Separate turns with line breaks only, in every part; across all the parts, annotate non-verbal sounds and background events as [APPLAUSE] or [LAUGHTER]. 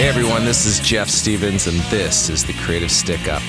everyone. This is Jeff Stevens, and this is the Creative Stick Up.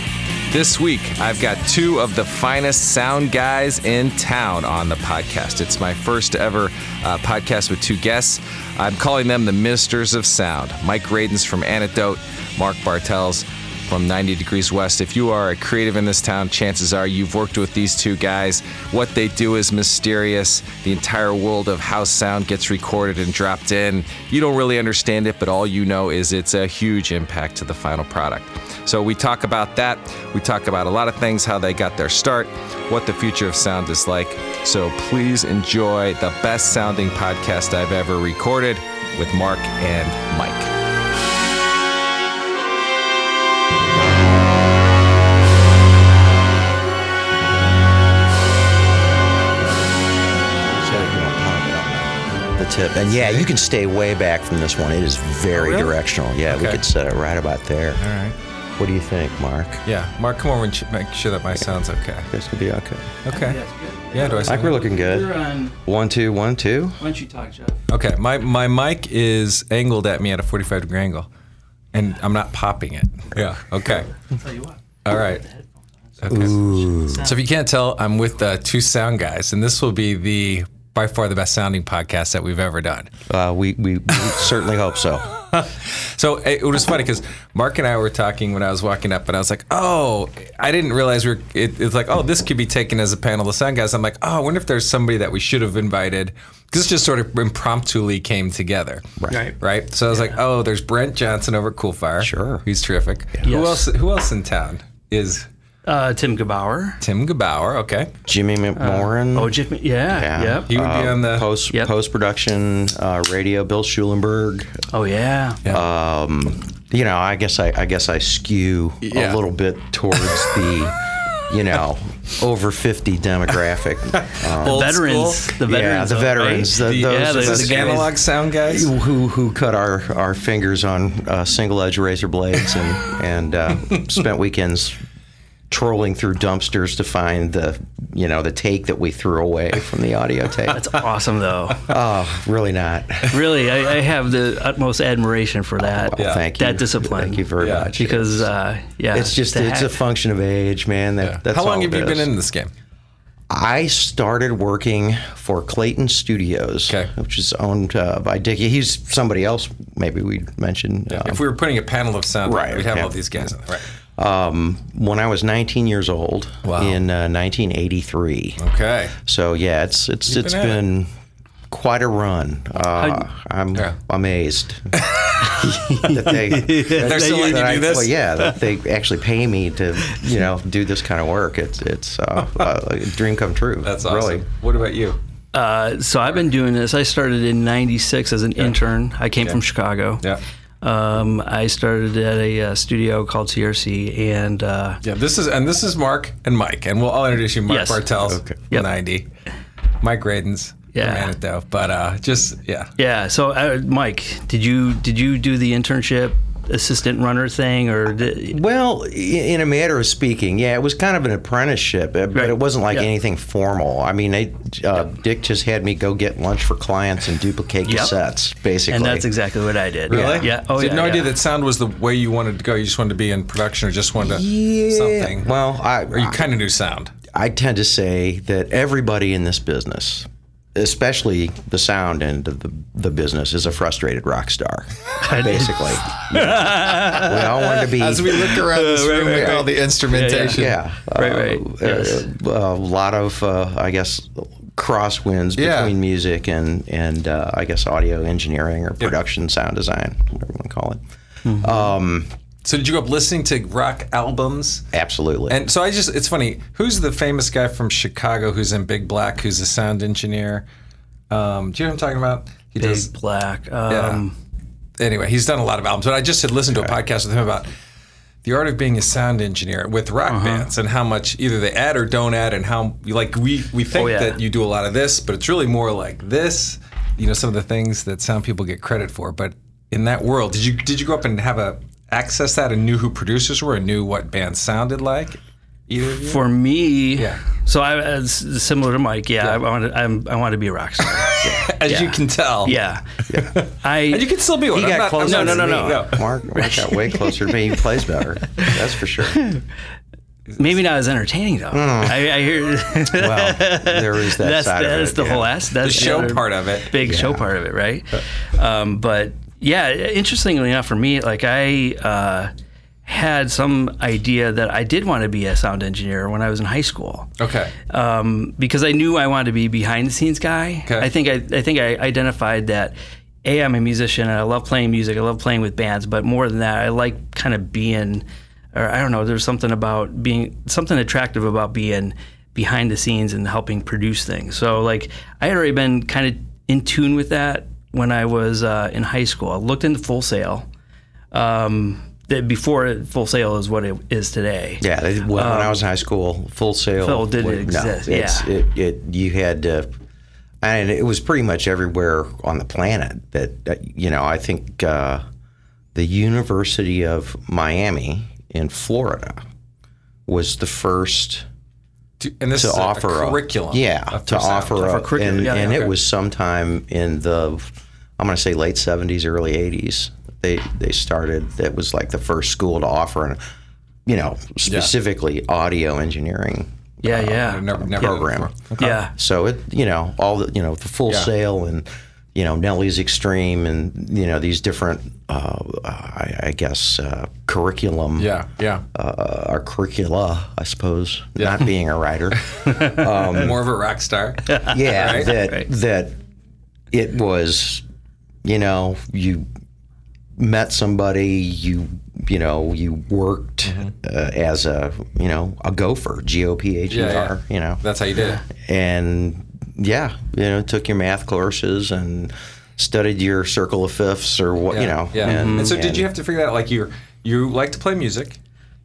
This week, I've got two of the finest sound guys in town on the podcast. It's my first ever uh, podcast with two guests. I'm calling them the Ministers of Sound Mike Radens from Antidote, Mark Bartels from 90 Degrees West. If you are a creative in this town, chances are you've worked with these two guys. What they do is mysterious. The entire world of house sound gets recorded and dropped in. You don't really understand it, but all you know is it's a huge impact to the final product. So we talk about that. We talk about a lot of things, how they got their start, what the future of sound is like. So please enjoy the best sounding podcast I've ever recorded with Mark and Mike.
So you're gonna pop it up the tip. And yeah, you can stay way back from this one. It is very
Oh, really?
directional. Yeah, we
Okay.
could set it right about there.
All right.
What do you think, Mark?
Yeah, Mark, come over and ch- make sure that my sound's okay.
This could be okay.
Okay.
good.
Yeah, do I
I think
sound
we're looking
You're
good.
on.
One, two, one, two.
Why don't you talk, Jeff?
Okay, my, my mic is angled at me at a 45 degree angle, and I'm not popping it. Yeah. Okay.
I'll tell you what.
All right. Okay. So if you can't tell, I'm with uh, two sound guys, and this will be the by far the best sounding podcast that we've ever done.
Uh, we,
[LAUGHS]
we we certainly hope so.
So it it was funny because Mark and I were talking when I was walking up, and I was like, "Oh, I didn't realize we are It, it's like, oh, this could be taken as a panel of sound guys. I'm like, oh, I wonder if there's somebody that we should have invited because this just sort of impromptu came together,
Right.
Right. So I was like, oh, there's Brent Johnson over at Cool Fire.
Sure.
he's terrific. Who
Yes.
else? Who else in town is
Uh, Tim Gebauer.
Tim Gebauer? Okay,
Jimmy McMorrin. uh,
Oh, Jeff. Yeah. Yep.
he would be Uh, on the.
Um, post
Yep.
post production uh, radio. Bill Schulenberg.
Oh, yeah.
You know, I guess I I guess I skew
Yeah.
a little bit towards the.
[LAUGHS]
You know, over fifty demographic. Um,
old
Veterans.
school.
The
yeah,
veterans.
the
though,
veterans.
right?
the-
yeah,
those,
those
those
are
Those
the guys.
analog sound guys.
who who cut our, our fingers on uh, single edge razor blades and
[LAUGHS]
and uh, spent weekends trolling through dumpsters to find the you know the take that we threw away from the audio tape.
That's awesome, though.
oh, really not.
really, I, I have the utmost admiration for that.
Well, Thank you.
That discipline.
Thank you very
Yeah.
much.
Because, uh, yeah.
it's just
to
it's a
hack-
function of age, man. That, That's
How long
all
have
it
you been
is.
in this game?
I started working for Clayton Studios,
Okay.
which is owned uh, by Dickie. He's somebody else. Maybe we mentioned. um,
If we were putting a panel of sound,
Right,
we'd have
yeah.
all these guys. On. Right.
when I was 19 years old
Wow.
in uh, 1983.
Okay.
So yeah, it's it's it's
been at
been quite a run. Uh, I'm
Yeah. [LAUGHS]
amazed that they
They're still letting you
that I-
do this?
Well, yeah, that they actually pay me to you know do this kind of work. It's
[LAUGHS]
it's uh, a dream come true.
That's awesome.
Really.
What about you?
Uh, so I've been doing this. I started in '96 as an intern. I came from Chicago.
Yeah.
Um, I started at a uh, studio called CRC, and uh,
Yeah, this is and this is Mark and Mike, and we'll all introduce you. Mark
Yes.
Bartels,
Okay.
Yep.
ninety. Mike Radens,
Yeah.
from Antidote. But uh, just yeah,
yeah. So uh, Mike, did you did you do the internship assistant runner thing, or did,
Well, i- in a matter of speaking, yeah, it was kind of an apprenticeship, uh, but
Right.
it wasn't like
Yeah.
anything formal. I mean, they, uh, Dick just had me go get lunch for clients and duplicate
Yep.
cassettes, basically.
and that's exactly what I did.
really,
Yeah. Oh
So you
yeah.
had no
yeah.
idea that sound was the way you wanted to go. You just wanted to be in production, or just wanted to something.
Well, I,
or you kind of knew sound.
I tend to say that everybody in this business, especially the sound end of the, the business, is a frustrated rock star,
[LAUGHS]
basically. Yeah. we all want to be.
As we look around
[LAUGHS]
this room with all the instrumentation,
yeah.
Right, right,
uh,
yes.
uh, a lot of, uh, I guess, crosswinds between
Yeah.
music and, and uh, I guess, audio engineering or production sound design, whatever you want to call it.
So did you go up listening to rock albums?
Absolutely.
And so I just, it's funny. Who's the famous guy from Chicago who's in Big Black, who's a sound engineer? Um, do you know what I'm talking about? He does.
Big black. Um,
Anyway, he's done a lot of albums, but I just had listened to a podcast with him about the art of being a sound engineer with rock
Uh-huh.
bands and how much either they add or don't add, and how like we we think
Oh, yeah.
that you do a lot of this, but it's really more like this. You know, some of the things that sound people get credit for, but in that world, did you did you grow up and have a access that and knew who producers were and knew what bands sounded like? Either of you?
For me,
Yeah. [LAUGHS]
So I, as similar to Mike, yeah, I want to, I'm, I want to be a rock star.
as you
Yeah.
can tell.
Yeah. I
Oh. and you can still be one.
He
I'm
got
not-
closer.
I'm
no,
not-
to
no,
me.
no.
Mark, Mark got way closer to me. He plays better. That's for sure.
maybe not as entertaining though.
Mm.
I, I hear
Well, there is that
[LAUGHS] that's
side of
that's
it,
the
yeah.
whole ass. That's
The show
other
part of it.
Big show
Yeah.
part of it, right? Um, but yeah, interestingly enough, for me, like I uh, had some idea that I did want to be a sound engineer when I was in high school.
Okay.
um, because I knew I wanted to be behind the scenes guy.
Okay.
I think I, I think I identified that. A, I'm a musician and I love playing music. I love playing with bands, but more than that, I like kind of being, or I don't know. There's something about being something attractive about being behind the scenes and helping produce things. So like I had already been kind of in tune with that when I was uh, in high school. I looked into Full Sail. Um, that before Full Sail is what it is today.
Yeah, they, well, when I was in high school, full sale.
Um, Full didn't
was-
exist,
it's-
yeah.
it, it you had to, and it was pretty much everywhere on the planet. That that, you know, I think uh, the University of Miami in Florida was the first
Do- And this
to
is a- a
offer a-
curriculum.
yeah,
of-
to
for sound.
offer a,
curriculum,
and,
yeah,
and
yeah.
it was sometime in the, I'm going to say late '70s, early '80s. They they started. That was like the first school to offer, an, you know, specifically audio engineering.
Yeah, yeah,
I've never, never
program.
heard of it
yeah.
So it, you know, all the, you know, the full
Yeah.
sale and, you know, Nelly's Extreme and, you know, these different, uh, I, I guess, uh, curriculum,
Yeah, yeah.
uh, or curricula, I suppose, not being a writer. Um,
More of a rock
[LAUGHS]
star. [LAUGHS]
yeah,
Right.
that,
Right.
that it was, you know, you met somebody, you, you know, you worked
Mm-hmm.
uh, as a, you know, a gopher, G O P H E
Yeah, yeah.
R, you know
That's how you did it.
and yeah, you know, took your math courses and studied your circle of fifths or what,
Yeah,
you know.
Yeah. And, so, did
and-
you have to figure out like you you like to play music?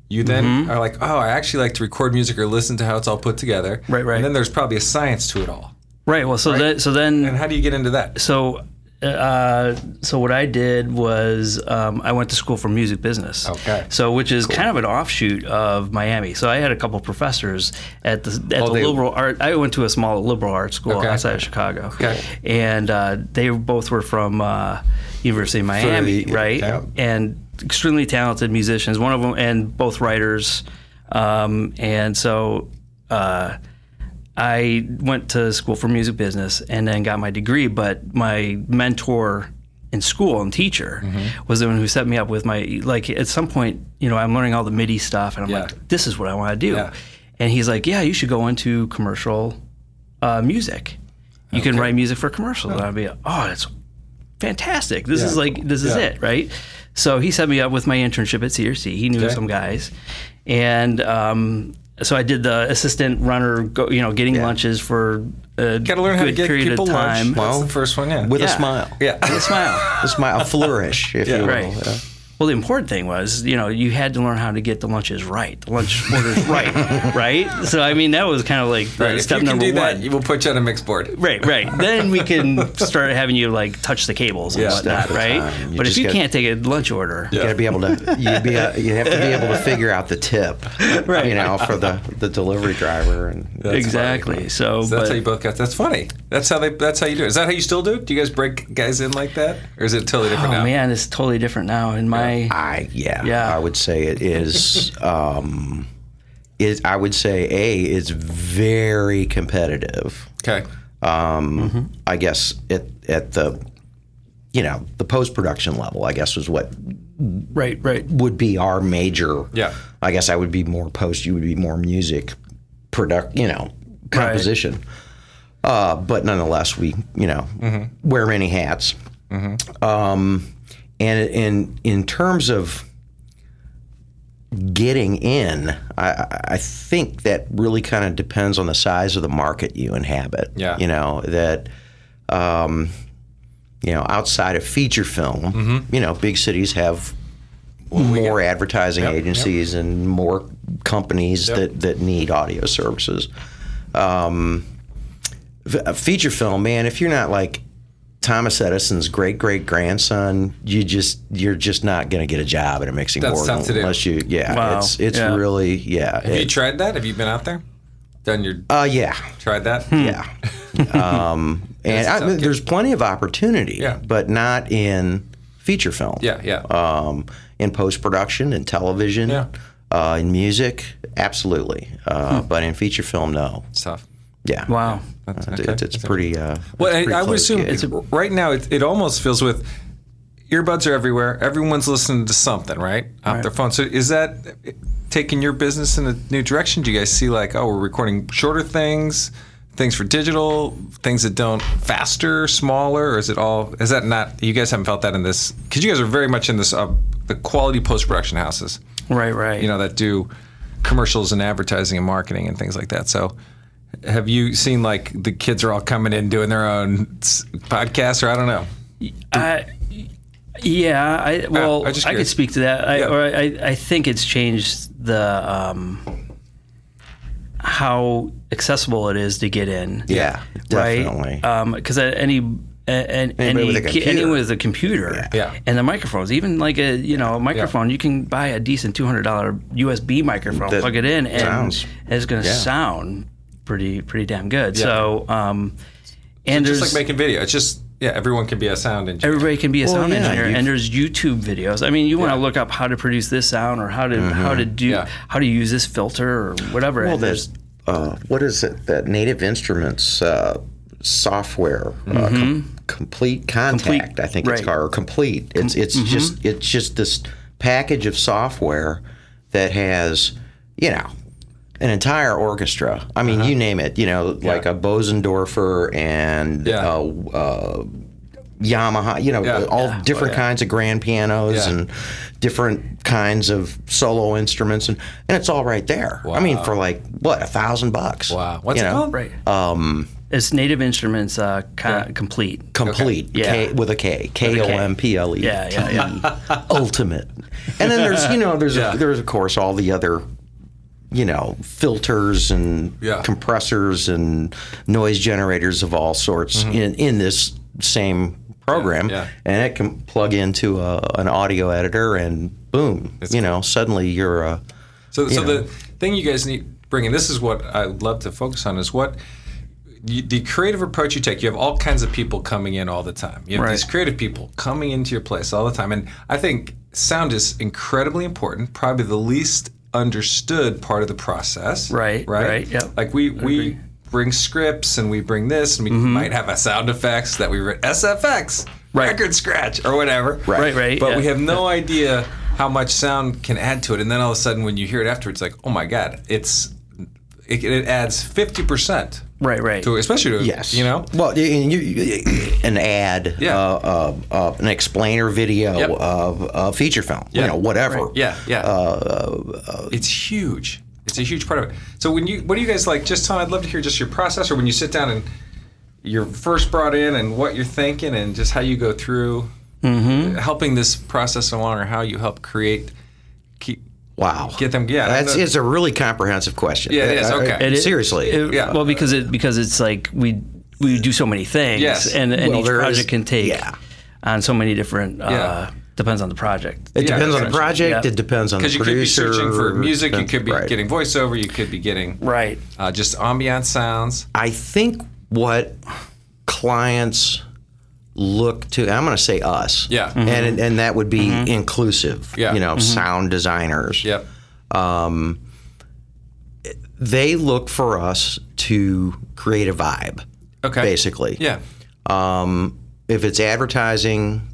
You then
Mm-hmm.
are like, oh, I actually like to record music or listen to how it's all put together.
Right, right.
And then there's probably a science to it all.
Right. Well, so then, so then,
And how do you get into that?
so, uh, so what I did was um, I went to school for music business.
Okay.
So, which is kind of an offshoot of Miami. So I had a couple professors at the at the
Oh, they-
liberal art. I went to a small liberal art school
Okay.
outside of Chicago.
Okay.
And uh, they both were from uh, University of Miami,
the-
right?
yeah.
And extremely talented musicians. One of them, and both writers. Um, and so. Uh, I went to school for music business and then got my degree, but my mentor in school and teacher
Mm-hmm.
was the one who set me up with my like at some point, you know, I'm learning all the MIDI stuff and I'm
Yeah.
like, this is what I want to do.
Yeah.
And he's like, Yeah, you should go into commercial uh, music. You can write music for commercials. And I'd be like, Oh, that's fantastic. This is
Yeah.
like this is
Yeah.
it, right? So he set me up with my internship at CRC. He knew
Okay.
some guys, and um, so I did the assistant runner, go, you know, getting lunches for a
Got to learn how to
good
get
period
people
of time.
lunch. That's
Well,
the first one. Yeah.
with a
Yeah.
smile,
yeah.
And smile.
a smile, a flourish, if you will.
right.
yeah.
Well, the important thing was, you know, you had to learn how to get the lunches right, the
[LAUGHS]
lunch orders right, right. So I mean, that was kind of like the
Right. If you
step
can
number
do
one.
that, you will put you on a mixed board.
Right, right. then we
[LAUGHS]
can start having you like touch the cables and
Yeah.
whatnot,
Stuff at
right?
time. You
but if
just
you
get-
can't take a lunch order,
You gotta be able to. You be. a- You have to be able to figure out the tip,
Right.
You know, for the the delivery driver and
That's
exactly.
funny.
So,
So that's
but,
how you both got. That's funny. That's how they. That's how you do it. Is that how you still do it? Do you guys break guys in like that, or is it totally
oh
different now?
man, it's totally different now. In my
I yeah,
Yeah.
I would say it is. um, is I would say a it's very competitive.
Okay.
um, I guess at at the you know the post production level, I guess was what
right, right,
would be our major.
Yeah.
I guess I would be more post. You would be more music product. You know composition. Uh, but nonetheless, we you know wear many hats. Um, and in in terms of getting in, I- I, I think that really kind of depends on the size of the market you inhabit.
Yeah.
You know that. Um, you know, outside of feature film,
Mm-hmm.
you know, big cities have more advertising agencies and more companies that, that need audio services. Um, f- a feature film, man, if you're not like Thomas Edison's great great grandson, you just you're just not going to get a job at a mixing
That's
board
tough to do.
unless you yeah,
Wow.
it's it's
Yeah.
really yeah.
Have you
it-
tried that? Have you been out there? Done your
uh yeah.
Hmm.
tried that?
Yeah. [LAUGHS] um, and I,
sound good.
there's plenty of opportunity,
Yeah.
but not in feature film.
Yeah, yeah.
Um, in post production, in television,
Yeah. Hmm.
uh, in music, absolutely. Uh, But in feature film, no.
It's tough.
Yeah.
Wow.
Uh, it-
okay.
it's, pretty. Uh,
Well,
it's
I,
pretty
I would
close
assume
gig.
it's, right now it, it almost feels with earbuds are everywhere. Everyone's listening to something, right, off their phone. So is that taking your business in a new direction? Do you guys see like, oh, we're recording shorter things, things for digital, things that don't faster, smaller, or is it all? Is that not? You guys haven't felt that in this because you guys are very much in this uh, the quality post production houses,
Right. Right.
you know, that do commercials and advertising and marketing and things like that. So have you seen like the kids are all coming in doing their own s- podcasts or I don't know.
I, Uh, yeah,
Uh,
I well,
I'm just
I could
curious.
speak to that. I,
Yeah.
or I, I think it's changed the um, how accessible it is to get in.
yeah, definitely.
Right? Because any a- an,
Anybody
any
with a
ki-
computer.
anyone with a computer,
Yeah.
and the microphones, even like a you know a microphone, you can buy a decent two hundred dollar USB microphone,
That
plug it in, and
sounds-
it's going to
yeah.
sound pretty pretty damn good. So, um, and
Just
there's
like making video. It's just yeah, everyone can be a sound engineer.
everybody can be a sound
yeah,
engineer
you've-
and there's youtube videos i mean you want to look up how to produce this sound or how to how to do
Yeah.
how to use this filter or whatever
Mm-hmm. Well,
and
there's uh, what is it that Native Instruments uh, software uh, com- complete contact? I think it's
right.
called or complete. It's it's just it's just this package of software that has you know an entire orchestra. I mean, you name it. You know, like a Bosendorfer and
Yeah.
uh, uh, Yamaha, you know,
Yeah.
all different
Oh, yeah.
kinds of grand pianos
Yeah.
and different kinds of solo instruments, and, and it's all right there. I mean, for like what a thousand bucks.
Wow. What's
you
it
know?
called?
right um it's native instruments uh co- complete
Complete
Yeah.
K, with a K, K O M P L E,
Yeah, yeah,
[LAUGHS] T, ultimate. And then there's you know
[LAUGHS]
there's
Yeah.
a, there's of course all the other you know filters and
Yeah.
compressors and noise generators of all sorts in in this same program,
Mm-hmm. Yeah, yeah.
and it can plug into a, an audio editor and boom, you know suddenly you're a
So, so the thing you guys need bring in this is what I'd love to focus on is what you, the creative approach you take. You have all kinds of people coming in all the time. You have
Right.
these creative people coming into your place all the time, and I think sound is incredibly important. Probably the least understood part of the process.
Right,
Right.
right, yep.
Like we we. Bring scripts and we bring this and we might have a sound effects that we re- SFX
Mm-hmm. Right.
record scratch or whatever.
Right, right,
But
yeah.
we have no idea how much sound can add to it, and then all of a sudden, when you hear it after, it's like, oh my god, it's it, it adds fifty percent
right right
to, especially to
Yes.
you know,
Well, y- and you, you- an ad,
Yeah.
uh, uh, uh, an explainer video
Yep.
of a feature film,
Yeah.
you know, whatever.
yeah, yeah, it's huge. It's a huge part of it. So when you, what do you guys like? Just Tom, I'd love to hear just your process, or when you sit down and you're first brought in, and what you're thinking, and just how you go through helping this process along, or how you help create, keep
Wow.
get them. Yeah,
That's
no-
it's a really comprehensive question.
Yeah, it is.
I- I-
Okay.
It is-
seriously.
it-
Yeah.
well because it because it's like we we do so many things
Yes.
and, and
Well,
each
there is-
project can take
yeah.
on so many different uh
Yeah.
depends on the project
it
yeah,
depends on the
essentially,
project.
yeah.
It depends on the
Because you could be
producer.
searching for music, you
depends-
could be
right.
getting voiceover, you could be getting
right
uh, just ambient sounds.
I think what clients look to I'm going to say us.
Yeah. Mm-hmm.
And and that would be inclusive,
Yeah.
you know, sound designers.
Yep.
They look for us to create a vibe.
Okay.
Basically.
Yeah.
Um, if it's advertising,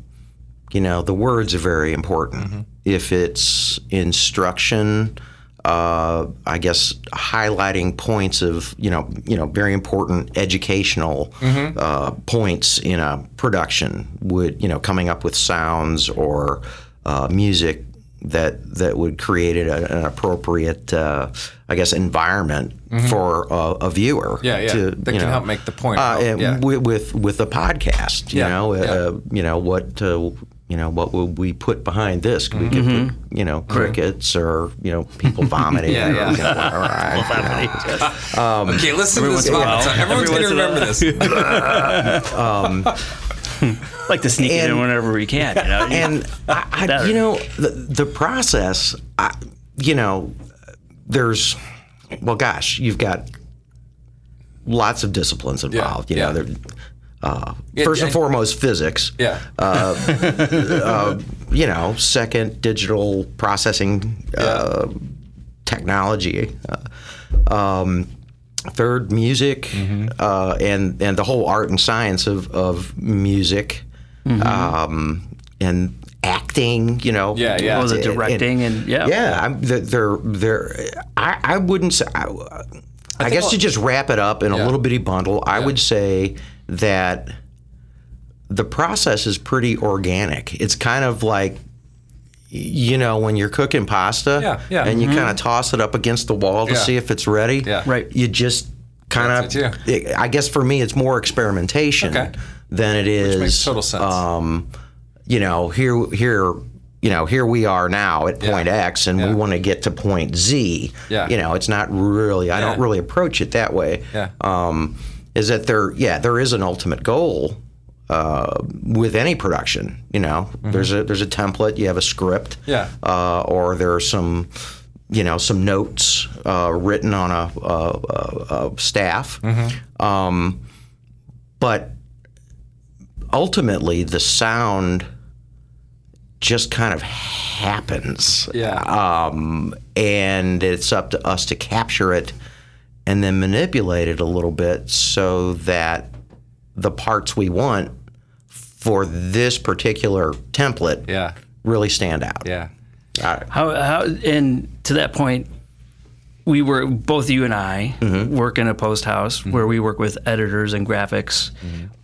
you know, the words are very important.
Mm-hmm.
If it's instruction, uh, I guess highlighting points of you know you know very important educational
Mm-hmm.
uh, points in a production would you know coming up with sounds or uh, music that that would create a, an appropriate uh, I guess environment for a, a viewer
Mm-hmm. Yeah, yeah.
to,
That
you
can
know.
help make the point.
Uh,
Oh,
and
yeah.
wi- with, with the podcast, you
Yeah,
know,
yeah.
Uh, you know what uh, you know what would we put behind this? We could
Mm-hmm.
put you know crickets or you know people
[LAUGHS]
vomiting.
Yeah,
or,
yeah.
You know, whatever, I-
[LAUGHS]
you know.
okay, listen to this.
in a
Everyone's,
while.
Everyone's going to
Every once in a
remember this.
[LAUGHS]
like to sneak it in
And-
whenever we can you know?
[LAUGHS] and I, I, you know the, the process I, you know there's well gosh you've got lots of disciplines involved.
yeah.
You know, there- uh,
Yeah,
first and
yeah.
foremost, physics.
Yeah.
You know, second, digital processing uh, technology. Uh, um, third, music,
Mm-hmm.
uh, and and the whole art and science of of music,
Mm-hmm.
um, and acting. You know.
Yeah, yeah.
What was it
And-
Oh, directing and, yeah.
yeah, I'm, they're- they're they're. I, I wouldn't say. I, I guess to just wrap it up in
Yeah.
a little bitty bundle, I would say that the process is pretty organic. It's kind of like. You know, when you're cooking pasta
Yeah, yeah. Mm-hmm.
and you kind of toss it up against the wall to
Yeah.
see if it's ready,
Yeah.
Right.
you just kind
That's it,
of, I guess for me, it's more experimentation
Okay.
than it is.
Makes total sense.
um, you know, here, here, you know, here we are now at point X, and we want to get to point Z.
Yeah.
You know, it's not really. I don't
Yeah.
really approach it that way.
Yeah.
Um, is that there? Yeah, there is an ultimate goal uh, with any production. You know,
Mm-hmm.
there's a there's a template. You have a script.
Yeah.
Uh, or there are some. You know, some notes uh, written on a, a, a, a staff,
Mm-hmm.
um, but ultimately the sound just kind of happens
yeah.
um, and it's up to us to capture it and then manipulate it a little bit so that the parts we want for this particular template
yeah.
really stand out
Yeah.
Got it.
How, how and to that point, we were both you and I
Mm-hmm.
work in a post house where we work with editors and graphics,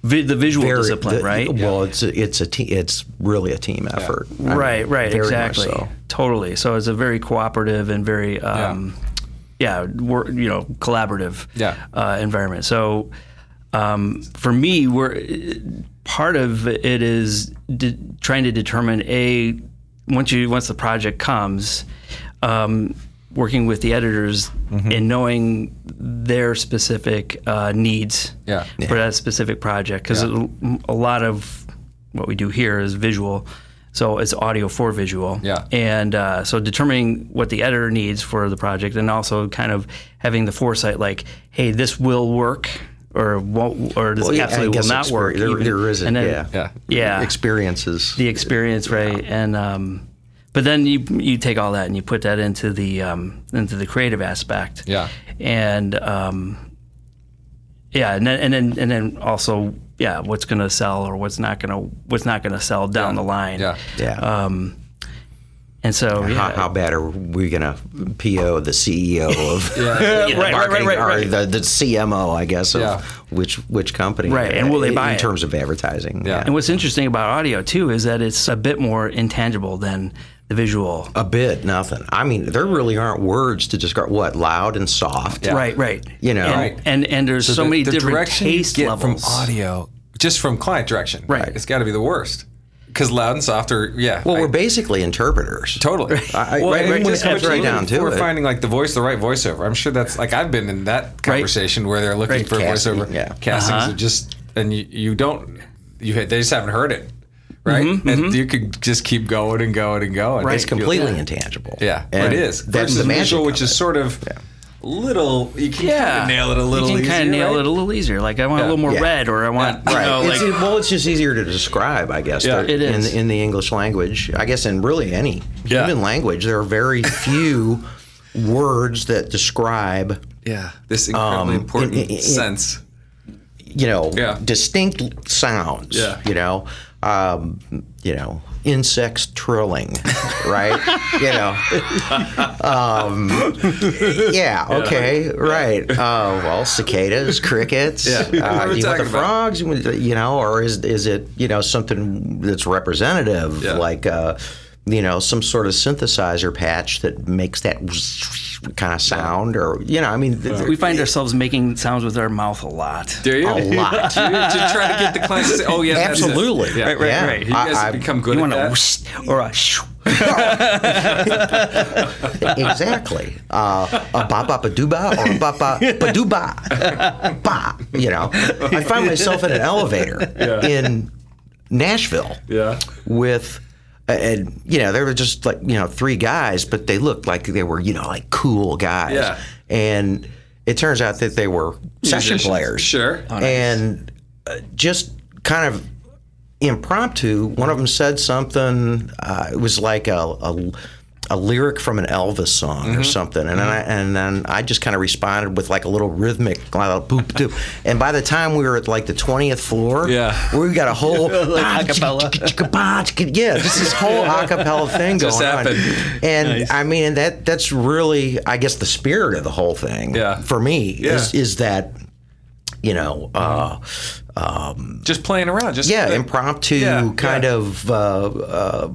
vi- the visual
Very-
discipline,
the-
right?
well it's a, it's a te- it's really a team effort I mean,
right, right,
very much
exactly,
so.
totally. So it's a very cooperative and very, um, yeah, wor- you know, collaborative
Yeah.
uh, environment. So um, for me, we're part of it is de- trying to determine a once you once the project comes, um, working with the editors and knowing their specific uh, needs
Yeah.
for that specific project because a lot of what we do here is visual so it's audio for visual
Yeah.
and uh, so determining what the editor needs for the project and also kind of having the foresight like hey this will work or won't or this
Well, yeah, I
absolutely will
guess
not
exper-
work
there-
even.
there isn't,
And then-
yeah.
Yeah.
yeah
experiences
the experience right and um, but then you you take all that and you put that into the um, into the creative aspect
Yeah.
and um, yeah, and then and then and then also yeah, what's gonna sell or what's not gonna what's not gonna sell down the line.
[LAUGHS]
Yeah.
yeah
and so Um, yeah,
how, how bad are we going to PO the CEO
[LAUGHS]
of [LAUGHS] you know,
Right, right, right,
marketing,
right, right.
or the, the CMO, I guess, of
Yeah.
which which company,
Right, and will they
in,
buy
in
it?
terms of advertising?
Yeah.
and what's interesting about audio too is that it's a bit more intangible than the visual.
a bit, nothing. I mean, there really aren't words to describe what loud and soft.
Right, right.
You know.
and,
Right.
and and there's so, many different
direction you
taste
get
levels.
from audio, just from client direction,
Right.
It's got to be the worst because loud and soft are yeah.
Well,
I-
we're basically interpreters.
totally.
I- Well, right,
and
right,
when
just
it comes
comes right
even
down to
if We're
it.
finding like the voice, the right voiceover. I'm sure that's like I've been in that conversation where they're looking for
Casting,
voiceover
yeah.
castings are just and you, you don't you they just haven't heard it. Right, and you could just keep going and going and going.
Right.
It's completely intangible.
Yeah,
And
it is.
That's
Versus
the magic
visual, which
of
is sort of little. You can kind
Yeah,
of nail it a little.
You can kind
easier,
of nail
right?
it a little easier. Like I want a little more
Yeah.
red, or I want
Yeah.
you
Right.
know,
it's,
like
it- well, it's just easier to describe, I guess.
Yeah.
the-
It is.
In, in the English language, I guess, in really any
Yeah.
human language, there are very [LAUGHS] few words that describe,
Yeah, this incredibly
Um,
important
it- it- it-
sense.
you know,
Yeah.
distinct sounds.
Yeah.
You know, um, you know, insects
[LAUGHS]
trilling, right? you know, um, yeah, okay,
[LAUGHS]
right. Uh, well, cicadas, crickets.
Yeah. [LAUGHS] What are
Uh,
we
you want the
talking about?
frogs? You want the- you know, or is is it you know something that's representative,
Yeah.
like uh, you know some sort of synthesizer patch that makes that [LAUGHS] kind of sound, or you know, I mean, th-
we find ourselves making sounds with our mouth a lot.
[LAUGHS] Do you?
a lot.
to, to try to get the clients to say, oh, yeah, that's it.
Absolutely.
Yeah.
Right, right, Yeah. right.
You guys
I-
have
I-
become good at
You want a
that.
whoosh or
[LAUGHS]
a shoo.
exactly. Uh, a ba ba ba dooba or a ba ba ba dooba. Ba. You know, I find myself in an elevator in Nashville
yeah.
with. And you know there were just like you know three guys, but they looked like they were you know like cool guys.
Yeah.
And It turns out that they were session
Musicians.
players.
Sure.
And uh, just kind of impromptu, one of them said something. Uh, it was like a, a, a lyric from an Elvis song
Mm-hmm.
or something, and then I, and then I just kind of responded with like a little rhythmic like, boop doop. And by the time we were at like the twentieth floor,
Yeah.
we got a
[LAUGHS]
whole [LAUGHS]
Like acapella.
Yeah, just this whole acapella
[LAUGHS]
thing
Just
going
happened.
on. And I mean, and that that's really, I guess, the spirit of the whole thing.
Yeah.
For me,
Yeah.
is is that you know. Uh, um,
Just playing around. Just
yeah, impromptu
Yeah,
kind
yeah.
of uh,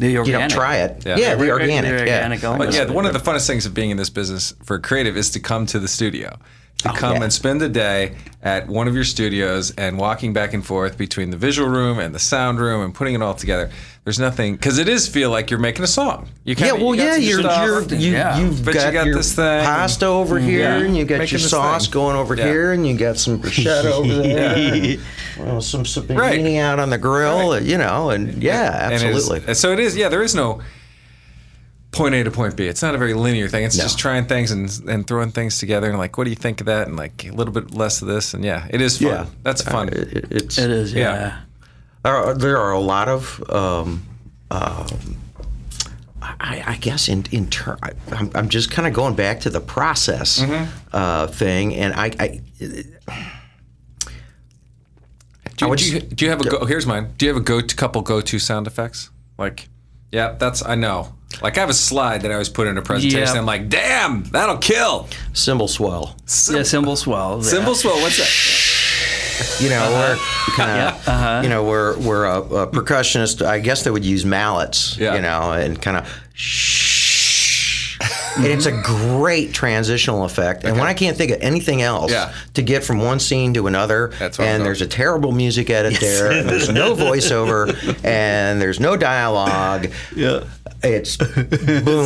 The
you know
organic.
try it.
Yeah.
Yeah, the organic.
The
yeah.
organic element.
But yeah, one of the funnest things of being in this business for a creative is to come to the studio, to come
Oh, yeah.
and spend a day at one of your studios and walking back and forth between the visual room and the sound room and putting it all together. There's nothing because it is feel like you're making a song. You
Yeah,
kinda-
well,
you got
yeah,
some
you're,
stuff.
you're you,
Yeah.
you've
But you
got,
got
your
this thing. Mm-hmm.
pasta over here,
Yeah.
and you got
Making
your
this
sauce
thing.
going over
Yeah.
here, and you got some bruschetta
[LAUGHS]
over there, and, well, some some
Right.
panini out on the grill, you know, and yeah,
And it is-
absolutely.
and so it is. Yeah, there is no point A to point B. It's not a very linear thing. It's just trying things and and throwing things together and like, what do you think of that? And like a little bit less of this. And yeah, it is fun.
Yeah.
That's fun.
It- it's
It is,
Yeah.
yeah.
there are, there are a lot of um, um, I, I guess in in ter- I, I'm, I'm just kind of going back to the process uh, thing, and I, I
Do,
would
do you,
s-
do you have a go, oh, here's mine? Do you have a go to couple go to sound effects? Like, yeah, that's I know. Like I have a slide that I always put in a presentation.
Yeah.
I'm like, damn, that'll kill.
cymbal swell,
Yeah, cymbal swell. yeah.
Cymbal swell. What's that?
you know,
Uh-huh.
or kind of you know, where where a, a percussionist, I guess they would use mallets,
Yeah.
you know, and kind of. And it's a great transitional effect. And when I can't think of anything else
Yeah.
to get from one scene to another,
That's what I'm
and
talking
there's a terrible music edit there, and
[LAUGHS]
there's no voiceover, and there's no dialogue.
Yeah.
[LAUGHS]
It's boom,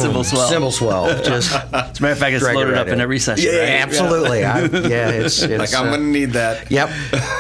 Cymbal swell.
cymbal swell. Just
As a matter of fact, it's
drag it
loaded
right
up in every session.
Yeah,
right?
absolutely. I, yeah, it's, it's
Like I'm
uh,
gonna need that.
Yep,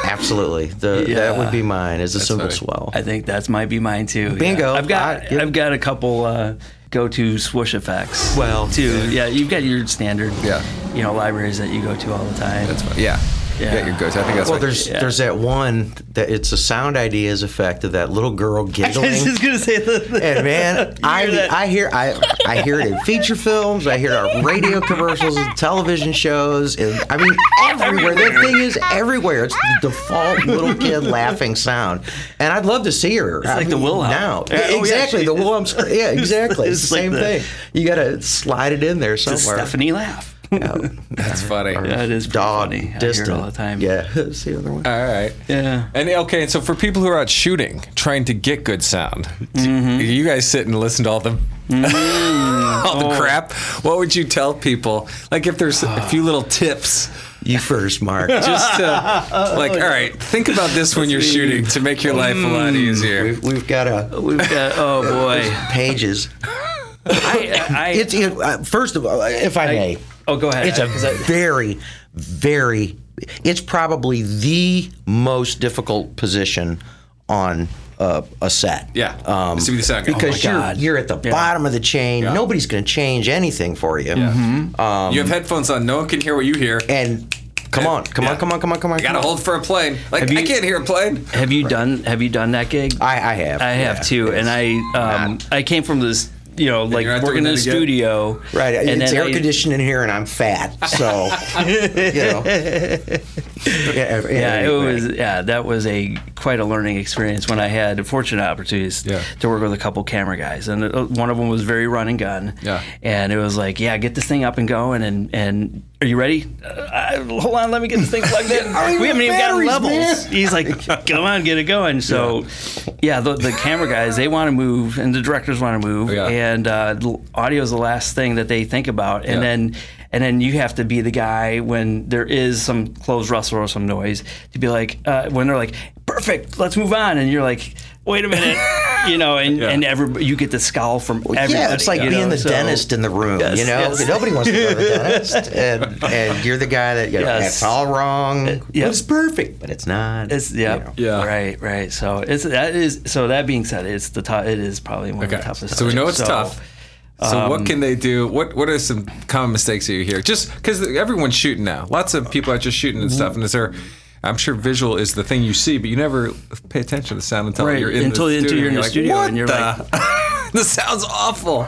absolutely. The, That would be mine. Is a cymbal
funny.
swell.
I think that's might be mine too. yeah.
Bingo.
I've got
I- yeah.
I've got a couple uh, go to swoosh effects.
Well,
too. Yeah. you've got your standard
Yeah.
you know, libraries that you go to all the time. [LAUGHS]
That's fun. Yeah.
Yeah.
your go to. I think that's
Well,
what-
there's there's that one that it's a sound ideas effect of that little girl
[LAUGHS] I was
giggling.
just gonna say that.
And
[LAUGHS]
man, I
that?
I hear I I hear it in feature films. I hear it on radio commercials and television shows. And I mean everywhere. That thing is everywhere. It's the default little kid laughing sound. And I'd love to see her. It's
like the Wilhelm.
now.
Yeah, oh, yeah,
exactly
she-
the Wilhelm. scr- Yeah, exactly. It's,
[LAUGHS] It's
the
like
same
the-
thing. You got to slide it in there
The
somewhere. [LAUGHS]
Stephanie laugh.
that's funny.
That is pretty
Dog
funny. I hear it
distant
all the time.
Yeah, [LAUGHS] it's the other one.
All right.
Yeah.
And okay, and so for people who are out shooting, trying to get good sound, do you guys sit and listen to all the [LAUGHS] all the crap. What would you tell people? Like if there's a few little tips
You first,
[LAUGHS]
Mark.
just to like, all right, think about this when you're shooting to make your life a lot easier.
We've, we've got a
We've got oh
[LAUGHS]
boy.
pages.
I, I,
It's it, uh, first of all, if I, may,
oh go ahead.
it's a
'Cause I-
very, very. It's probably the most difficult position on uh, a set. Um,
Yeah. It's to be the sound guy. Oh
because
my
you're
God.
you're at the bottom of the chain. Nobody's going to change anything for
you
you.
have headphones on, no one can hear what you hear.
And come on, come on,
Yeah.
come on, come on, come on.
You gotta
come on.
hold for a plane. Like
you-
I can't hear a plane.
have you done have you done that gig?
I, I have.
I have
yeah.
too, and I um, I came from this, you know, like
you're out
working in
doing
the
that again?
studio,
Right,
And
it's
then
air
I-
conditioned in here, and I'm fat, so you know.
[LAUGHS]
Yeah,
Yeah, it
anyway.
was. Yeah, that was a quite a learning experience when I had fortunate opportunities
Yeah.
to work with a couple camera guys, and uh, one of them was very run and gun.
Yeah.
and it was like, yeah, get this thing up and going, and and are you ready? Uh, I, hold on, let me get this thing plugged in. we haven't even got
batteries,
levels.
man.
He's like, come on, get it going. So, yeah, the, the camera guys they want to move, and the directors want to move,
Yeah.
and uh, audio is the last thing that they think about, and
Yeah.
then and then you have to be the guy when there is some clothes rustle or some noise to be like uh, when they're like perfect let's move on and you're like wait
[LAUGHS]
a minute you know and
Yeah.
and every, you get the scowl from everybody
Yeah, it's like
you
being
know,
the
so-
dentist in the room.
Yes,
you know,
yes.
nobody wants to go to the dentist,
[LAUGHS]
and, and you're the guy that you know,
Yes. Uh,
that's all wrong.
yeah.
But it's perfect, but it's not.
it's
you
yeah,
know.
Yeah.
right right so it's that is so that being said it's the top it is probably one of
Okay.
the toughest
So we know it's
subjects.
tough. So what
um,
can they do? What what are some common mistakes that you hear? Just because everyone's shooting now, lots of people are just shooting and stuff. And is there? I'm sure visual is the thing you see, but you never pay attention to the sound until
Right,
you're in
until-
the
until
studio.
you're in the
like,
studio
what
and you're
the? [LAUGHS] this sounds awful.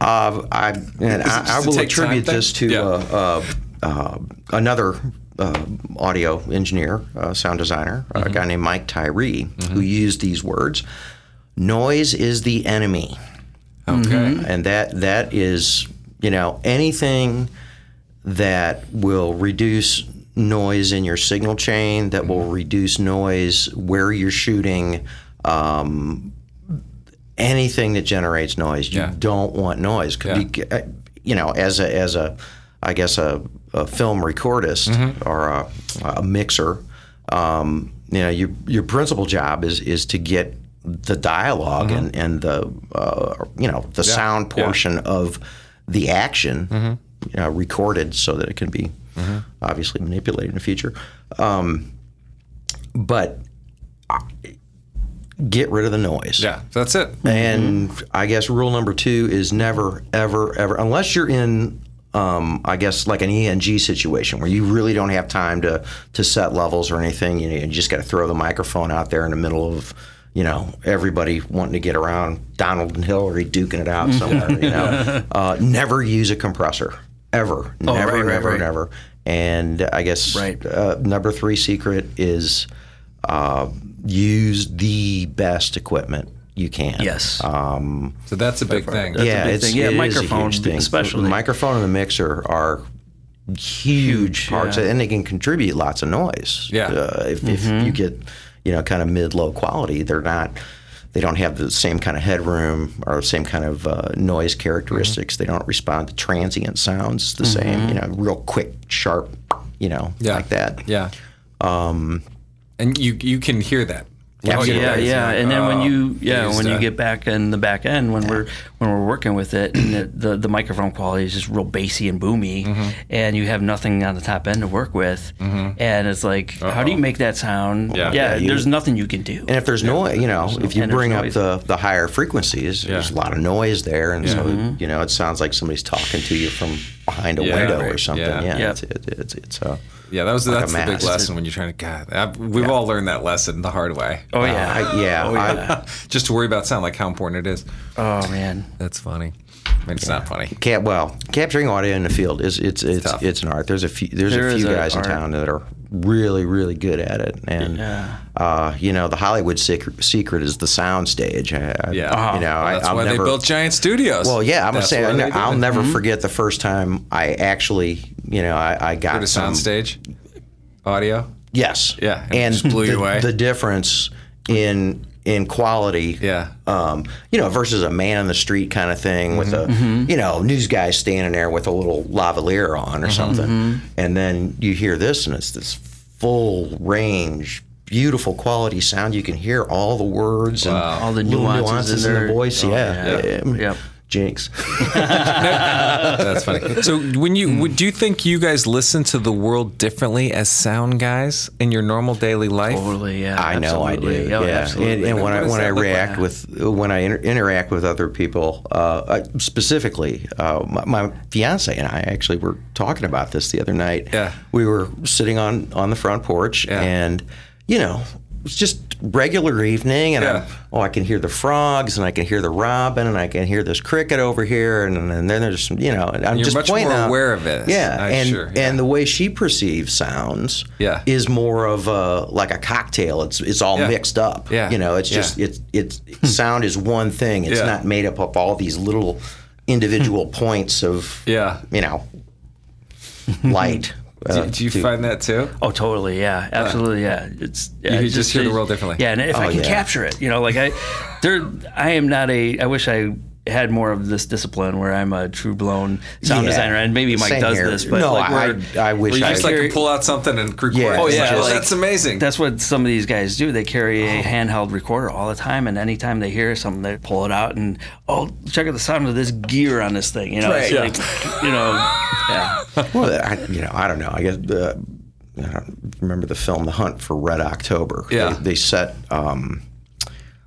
Uh, I, and
it
I, I
just a
will
take time
attribute
thing?
this to
Yeah.
uh, uh, uh, another uh, audio engineer, uh, sound designer,
Mm-hmm.
a guy named Mike Tyree, who used these words. Noise is the enemy,
Okay.
Mm-hmm.
and that that is you know anything that will reduce noise in your signal chain, that will reduce noise where you're shooting. Um, anything that generates noise, you
Yeah.
don't want noise. Could be- uh, you know, as a as a, I guess a, a film recordist or a, a mixer. Um, you know, your your principal job is is to get the dialog and and the uh, you know the sound
Mm-hmm. Yeah. Mm-hmm.
portion of the action you know, recorded so that it can be obviously manipulated in the future. Um, but uh, get rid of the noise.
Yeah, that's it.
Mm-hmm.
And I guess rule number two is never, ever, ever, unless you're in, um, I guess, like an ENG situation where you really don't have time to to set levels or anything. You, know, you just got to throw the microphone out there in the middle of, you know, everybody wanting to get around Donald and Hillary duking it out
[LAUGHS]
somewhere. you know, uh, never use a compressor ever, never,
Oh, right, right,
never,
right.
never. And I guess
Right.
uh, number three secret is uh, use the best equipment you can.
Yes.
So that's a big thing.
yeah,
big
it's
thing. Yeah,
it is a
microphone
huge thing.
especially.
The microphone and the mixer are huge parts,
yeah.
and they can contribute lots of noise.
Yeah.
uh, if,
Mm-hmm.
if you get you know kind of mid low quality, they're not. They don't have the same kind of headroom or the same kind of uh, noise characteristics.
Mm-hmm.
They don't respond to transient sounds the same. You know, real quick, sharp. You know,
Yeah.
like that.
Yeah. Um, and you you can hear that.
Yeah,
Oh, you know,
yeah,
that is
yeah.
like,
And then when
oh,
you
they
yeah
used
when you
to-
get back in the back end when we're when we're working with it and the, the the microphone quality is just real bassy and boomy,
Mm-hmm.
and you have nothing on the top end to work with, and it's like how do you make that sound?
Yeah.
yeah,
Yeah, you-
there's nothing you can do.
And if there's noise, you know, if you
and there's
bring up
noise.
the, the higher frequencies, there's a
Yeah.
lot of noise there, and so
Mm-hmm.
you know, it sounds like somebody's talking to you from behind a
Yeah,
window or
right.
something.
Yeah.
Yeah,
Yeah.
it's it's it's, it's uh,
yeah, that was
like a
that's the big
mask.
lesson when you're trying to. God, i we've all learned that lesson the hard way. [LAUGHS]
oh yeah,
I, yeah, I,
Just to worry about sound, like how important it is.
oh man,
That's funny. I mean, it's not funny.
cap, well, capturing audio in the field is it's it's
tough.
it's, an art. There's a few there's
There
a
is
few
a
guys in
art.
town that are really really good at it, and
Yeah.
uh, you know, the Hollywood secret, secret is the sound stage. I, I-
Yeah. Uh-huh.
you know, I,
that's
I'll
why
never,
they built giant studios.
Well, yeah, I'm gonna
That's
say
why
I,
they did
will
it.
never forget the first time I actually, you know, I, I got
Go to
some-
soundstage, audio.
Yes.
Yeah, and
And,
it just blew
the,
you away.
the difference in in quality.
Yeah.
Um, you know, versus a man on the street kind of thing with
Mm-hmm.
a you know news guy standing there with a little lavalier on or something, and then you hear this and it's this full range. Beautiful quality sound. You can hear all the words and
All the
little
nuances in
nuances in
there.
the voice.
Oh,
yeah.
yeah.
Um,
Yep.
Jinx.
That's
[LAUGHS]
funny. So, when you would do you think you guys listen to the world differently as sound guys in your normal daily life?
totally yeah.
I know I
absolutely.
do.
Oh,
yeah,
absolutely.
And, and when
What
I
does
when I
that look like?
react with when I inter- interact with other people, uh, I, specifically uh, my, my fiance and I actually were talking about this the other night.
Yeah.
we were sitting on on the front porch,
Yeah.
and you know. It's just regular evening, and I'm,
Yeah.
oh, I can hear the frogs, and I can hear the robin, and I can hear this cricket over here, and, and then there's some, you know, and I'm
You're
just
much
pointing
more
out-
aware of it.
Yeah,
I'm
and
sure, yeah.
and the way she perceives sounds
Yeah.
is more of a like a cocktail. It's it's all
Yeah.
mixed up.
Yeah.
You know, it's
Yeah.
just it's
[LAUGHS]
it's sound is one thing. It's
Yeah.
not made up of all these little
[LAUGHS]
individual points of
Yeah.
you know light.
[LAUGHS] Do,
uh,
do you
to-
find that too?
Oh, totally. Yeah, absolutely. Yeah, it's yeah,
You
it's
just hear the world differently.
Yeah, and if I
Oh,
can
yeah.
capture it, you know, like I, there, I am not a. I wish I had more of this discipline where I'm a true blown sound
Yeah.
designer, and maybe Mike
Same
does
here.
this, but
no,
like we're,
I, I
Where
wish
you
I
just like
carry-
can pull out something and record.
Yeah.
it?
Oh,
yeah,
Just-
like-
that's amazing.
That's what some of these guys do. They carry
Oh.
a handheld recorder all the time, and anytime they hear something, they pull it out and oh, check out the sound of this gear on this thing. You know, it's
Right.
like, you know,
[LAUGHS]
yeah,
Well, I, you know, I don't know. I guess uh, I don't remember the film The Hunt for Red October.
Yeah.
They, they set um,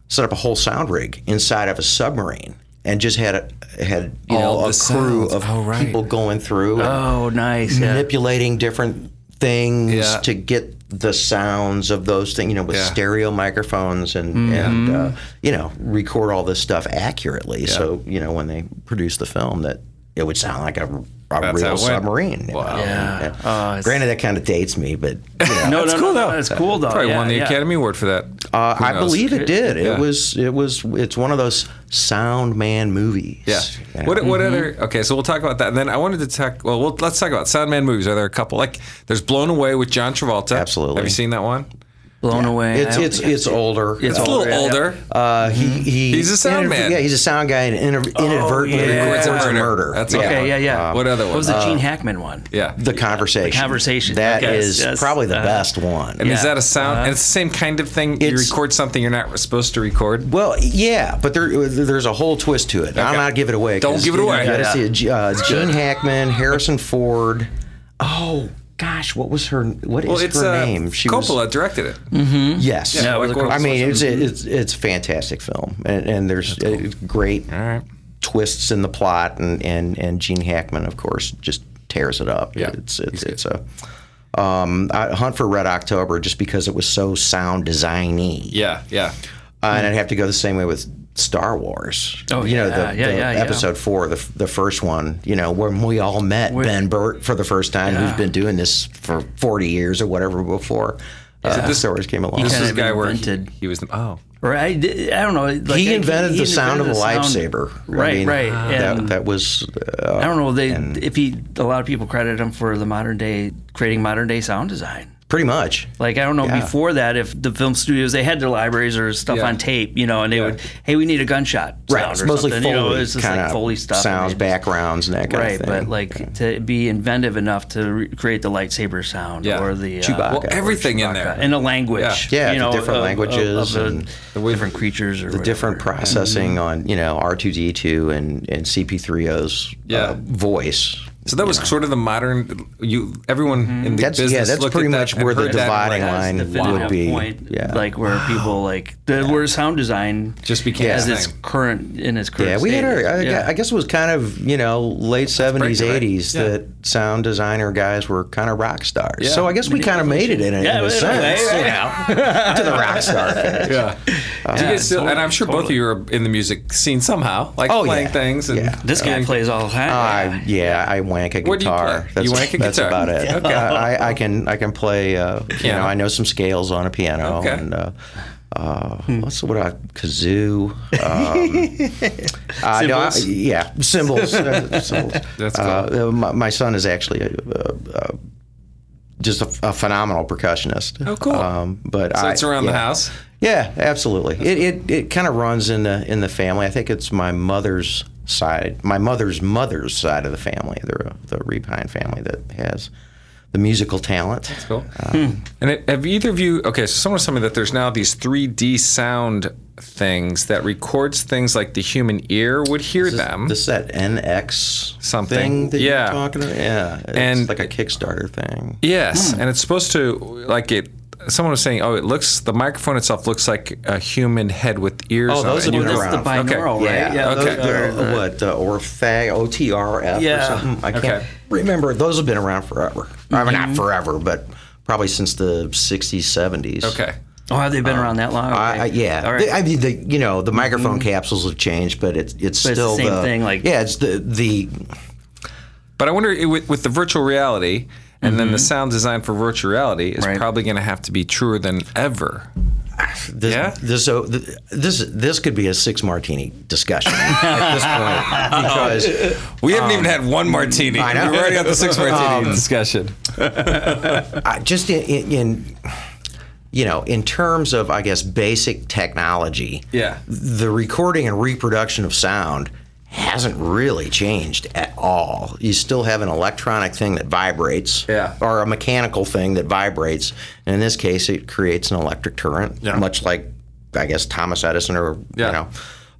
set up a whole sound rig inside of a submarine. and just had a, had you
All
know a
the
crew
sounds.
of
Oh, right.
people going through and
Oh, nice. Yeah.
manipulating different things
Yeah.
to get the sounds of those things you know with
Yeah. Mm-hmm.
stereo microphones and and uh, you know record all this stuff accurately so you know when they produce the film that it would sound like a, a
That's how
real
it went.
submarine you
Wow.
know?
Yeah. Oh, it's-
granted that kind of dates me but you
[LAUGHS]
know.
No, no,
cool,
no,
though.
no. It's cool though.
Probably
yeah,
won the
yeah.
Academy Award for that.
Uh,
Who
I
knows?
believe it did. It
Yeah.
was. It was. It's one of those sound man movies.
Yeah.
you know.
What, what other? Okay, so we'll talk about that. And then I wanted to talk. Well, we'll let's talk about Soundman movies. Are there a couple? Like, there's Blown Away with John Travolta.
Absolutely.
Have you seen that one?
Blown away.
It's
I don't
it's
think I-
it's older.
It's a little
yeah.
older.
Oh, Uh, he, he
Mm-hmm. He's a sound
inadver-
man. Oh,
Yeah, he's a sound guy and inadver- inadvertently
yeah.
records
Records a
a
murder.
murder. Uh,
That's a good
Okay, yeah,
Um,
yeah.
What other
What was
one?
the Gene Hackman one?
Yeah.
The conversation.
Conversation.
That is
Yes, yes.
probably the
Uh,
best one.
And is
Yeah.
that a sound? and it's the same kind of thing. You
It's-
record something you're not supposed to record.
Well, yeah, but there, there's a whole twist to it. I'm not give it away. 'cause,
Don't give it
you know,
away.
You gotta
Yeah.
see it. G- Uh, Gene Hackman, Harrison Ford. Oh gosh, what was her? What is
Well, it's
her
uh,
name? She was- Mm.
Coppola directed it.
Hmm?
Yes.
Yeah, it was a
I
gorgeous
mean, it's it's it's a fantastic film, and, and there's uh, great
All right.
twists in the plot, and, and, and Gene Hackman, of course, just tears it up.
Yeah,
it's it's, it's a um, I, Hunt for Red October just because it was so sound designy.
Yeah, yeah.
Uh, and I'd have to go the same way with Star Wars.
Oh,
you know
yeah,
the,
yeah,
the
yeah, yeah.
episode four, the the first one. You know when we all met Ben Burt for the first time, who's been doing this for forty years or whatever before. Uh,
this-
Star Wars came along.
This
Kind
is a
of
guy where he,
invented.
he was the oh
Or I, di- I don't know. like,
he
I-
invented
he
the sound of a
invented the sound-
lifesaver.
Right, right,
That,
and-
that was. Uh,
I don't know. They if he a lot of people credit him for the modern day creating modern day sound design.
Pretty much.
Like I don't know
Yeah.
before that if the film studios they had their libraries or stuff
Yeah.
on tape, you know, and they would hey we need a gunshot
Right.
sound
It's
or
mostly
something.
Foley.
you know, it's just
kinda
like Foley stuff. and
Sounds,
they just-
backgrounds, and that kind
Right,
of thing.
but like to be inventive enough to re- create the lightsaber sound
Yeah.
or the uh,
Chewbacca.
well
Okay,
everything in
uh,
there.
in a language,
Yeah. Yeah,
you
the
know,
different
of-
languages
of,
and
of the, different creatures or
the different processing
Mm-hmm.
on you know R two D two and and CP 3os
Yeah.
uh, voice.
So that was sort of the modern you everyone in the
Mm-hmm. That's
business.
yeah. That's
looked
pretty
at that
much
and
where the
heard that and were
dividing
like,
line would be.
point,
yeah.
like where people like the where sound design
Just became
as
a
its
thing.
current in its current.
yeah, we had our.
state.
I,
Yeah.
I guess it was kind of you know late seventies,
breaking, right?
eighties
Yeah.
that sound designer guys were kind of rock stars.
Yeah.
So I guess we kind of made it in, a- in
Yeah,
a
in a
sense,
way,
you know, to the rock star. phase.
Yeah. Do you guys still, and I'm sure both of
totally.
you are in the music scene somehow, like
Oh,
playing
yeah.
things. And
Yeah.
This
[LAUGHS]
guy plays all the time.
I, Uh, yeah, I wank a
What do you
guitar.
play? You wank a
that's
guitar?
about
[LAUGHS]
it.
Okay.
I, I- I can I can play. Uh, you
Piano.
know, I know some scales on a piano.
Okay. Hmm.
And, uh, uh, what's what I
[LAUGHS]
kazoo? Um, uh, no, I-
Cymbals?
yeah, cymbals. uh, cymbals.
[LAUGHS] That's
Uh, uh, my, my son is actually a, a, a, just a, a phenomenal percussionist. Um,
Oh, cool.
but
So
I,
it's around the
yeah.
house.
Yeah, absolutely. It, it it kind of runs in the in the family. I think it's my mother's side, my mother's mother's side of the family, the the Repine family that has the musical talent.
Cool.
Uh, Hmm.
And it, have either of you? Okay, so someone was telling me that there's now these 3D sound things that records things like the human ear would hear them.
This that NX
Something.
thing that
Yeah.
you're talking about. Yeah, it's
And-
like a Kickstarter thing.
Yes,
Hmm.
and it's supposed to like it. Someone was saying, "Oh, it looks the microphone itself looks like a human head with ears."
Oh,
on it.
those are
And
new
you're
That's
like,
the
around.
Okay.
binaural, right? Yeah,
Okay.
those are-
Those are, what uh, orthag OTRF
Yeah.
or something? I can't
Okay.
remember. Those have been around forever. I mean,
Mm-hmm.
not forever, but probably since the '60s, '70s.
Okay.
Oh, have they been around that long?
Uh, I,
Okay.
I, yeah,
All right. Mm-hmm.
They- I mean, the, you know, the microphone capsules have changed, but it's it's
But it's the
still
same thing, like-
yeah, it's the the
But I wonder i- with, with the virtual reality and then the sound design for virtual reality is
Right.
probably going to have to be truer than ever.
this
Yeah?
this so th- this this could be a six martini discussion at this
[LAUGHS]
point because
We haven't even had one martini.
I know.
We've already got the [LAUGHS] six martini discussion.
I, just in, in, in you know in terms of I guess basic technology,
Yeah.
the recording and reproduction of sound hasn't really changed at all. You still have an electronic thing that vibrates,
Yeah.
or a mechanical thing that vibrates. And in this case, it creates an electric current,
Yeah.
much like I guess Thomas Edison or
Yeah.
you know.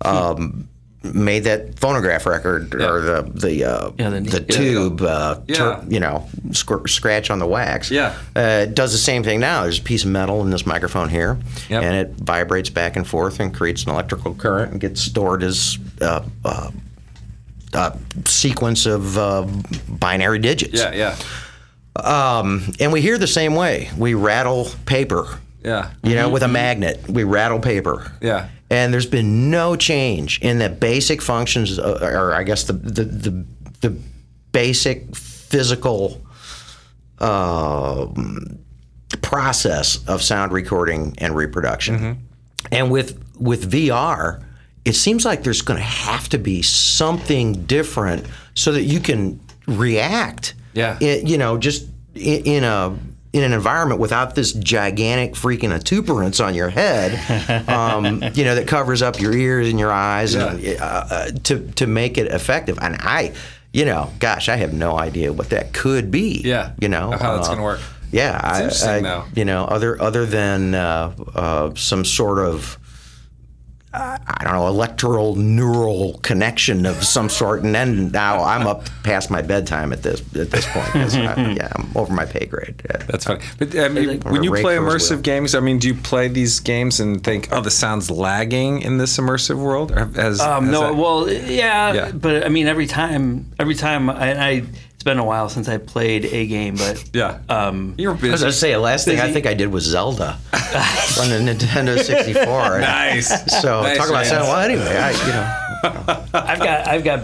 Um, made that phonograph record
Yeah.
or the the uh,
Yeah,
the,
the-
tube, uh, tur-
Yeah.
you know, squ- scratch on the wax.
Yeah.
uh, it does the same thing now. There's a piece of metal in this microphone here,
Yep.
and it vibrates back and forth and creates an electrical current and gets stored as uh, uh, uh, sequence of uh, binary digits.
Yeah, yeah,
Um, and we hear the same way. We rattle paper,
yeah,
you know, with a magnet. We rattle paper.
yeah.
And there's been no change in the basic functions, uh, or I guess the the the, the basic physical um process of sound recording and reproduction.
Mm-hmm.
And with with VR, it seems like there's going to have to be something different so that you can react.
Yeah.
i- you know, just in, in a in an environment without this gigantic freaking protuberance on your
[LAUGHS]
head, um, you know, that covers up your ears and your eyes, and uh, uh, to to make it effective. And I, you know, gosh, I have no idea what that could be.
Yeah.
you know, uh,
Of how that's gonna work.
Yeah, I-
interesting,
I-
though.
You know, other other than uh, uh, some sort of I don't know, electoral neural connection of some sort. And then now I'm up past my bedtime at this at this point. 'cause
[LAUGHS]
I, yeah, I'm over my pay grade. Yeah.
That's funny. But I mean, when you
rake
play
those
immersive
wheels.
games, I mean, do you play these games and think, "Oh, the sound's lagging in this immersive world"? Or has,
Um,
has
no,
that-
well, yeah,
Yeah.
but I mean, every time, every time, I, I it's been a while since I played a game, but
yeah,
um,
you're
I was
busy.
[LAUGHS] gonna say, the last thing I think I did
[LAUGHS]
was Zelda on the Nintendo 64.
nice.
[LAUGHS] So
Nice,
talk about
man.
sound. Well, anyway, I, you know.
I've got I've got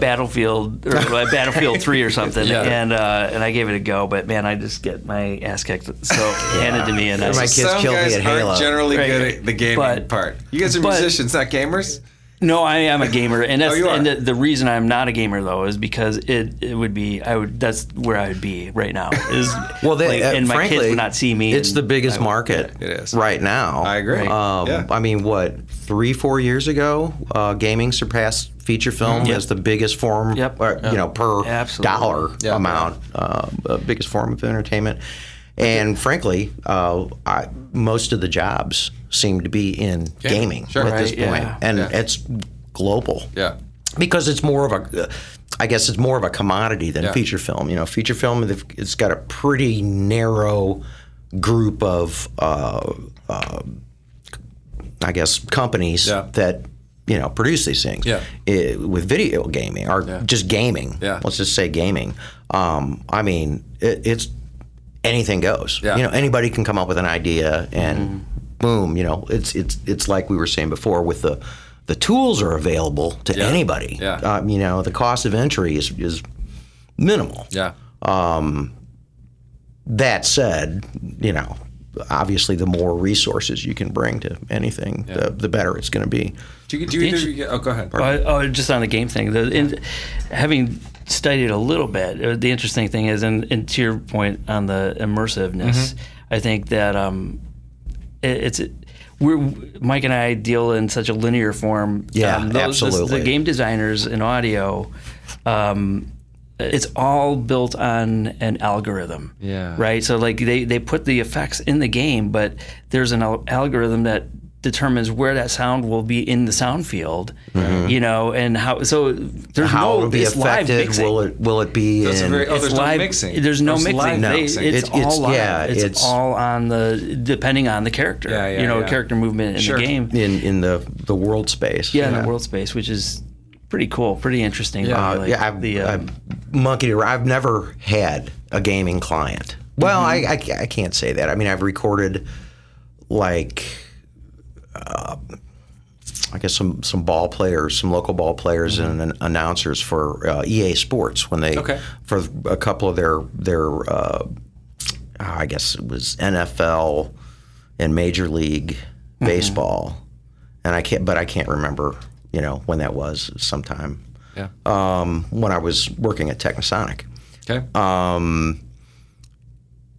[LAUGHS]
Battlefield or uh, Battlefield Three or something,
Yeah.
and uh, and I gave it a go, but man, I just get my ass kicked
[LAUGHS]
so handed to me, and I
My
just,
kids
Some
killed me
guys
at
aren't
Halo.
generally
Right.
good at the gaming
But-
part. You guys are
but-
musicians, not gamers.
no, I am a gamer, and that's
Oh, you are.
and the, the reason I'm not a gamer though is because it, it would be I would that's where I would be right now is
Well, they,
like,
uh,
and my
frankly,
kids would not see me.
It's
and
the biggest market
It is.
right now.
I agree.
Um,
Yeah.
I mean, what three, four years ago, uh, gaming surpassed feature film as the biggest form,
Yep.
or, you know, per
Absolutely.
dollar
Yeah.
amount, uh, uh, biggest form of entertainment. And frankly, uh, I, most of the jobs seem to be in gaming
Sure.
at this
Right,
point,
yeah.
and it's global
Yeah.
because it's more of a I guess it's more of a commodity than
Yeah.
feature film. You know, feature film they've- it's got a pretty narrow group of uh, uh, I guess companies
Yeah.
that you know produce these things.
Yeah.
I- with video gaming or just gaming.
Yeah.
Let's just say gaming. Um, I mean, it, it's anything goes.
Yeah. Mm-hmm.
You know, anybody can come up with an idea and boom, you know, it's it's it's like we were saying before with the the tools are available to anybody.
Yeah.
Um, you know, the cost of entry is is minimal.
Yeah.
That said, you know, obviously the more resources you can bring to anything, the, the better it's going to be.
Do you, do you either? of you get- oh, go ahead.
Oh, I- oh, just on the game thing. The, in, having studied a little bit, uh, the interesting thing is, and, and to your point on the immersiveness,
Mm-hmm.
I think that um, it, it's we're Mike and I deal in such a linear form. Um,
Yeah,
those- the-
absolutely.
The game designers in audio. Um, it's all built on an algorithm.
Yeah.
Right. So like they, they put the effects in the game, but there's an al- algorithm that determines where that sound will be in the sound field. You know, and how so there's
Mm-hmm. How
no
it'll be
it's live
affected?
mixing.
Will it will it be
That's a
in
very- oh, there's
it's
no
live
mixing.
There's no
There's
mixing.
live
They-
mixing.
It's,
It-
all
it's-
live.
yeah,
it's,
it's-
all on the depending on the character.
Yeah, yeah,
you know,
yeah.
character movement in
Sure.
the game.
in in the the world space?
Yeah, in the world space, which is pretty cool, pretty interesting.
Yeah.
uh,
Uh,
like
yeah, I've,
the, um,
I've monkeyed around. I've never had a gaming client. Well,
Mm-hmm.
I, I, ca- I can't say that. I mean, I've recorded like, uh, I guess some some ball players, some local ball players,
Mm-hmm.
and an announcers for uh, EA Sports when they
Okay.
for a couple of their their uh, I guess it was NFL and Major League
Mm-hmm.
Baseball, and I can't but I can't remember you know when that was sometime
Yeah.
when I was working at Technosonic.
okay.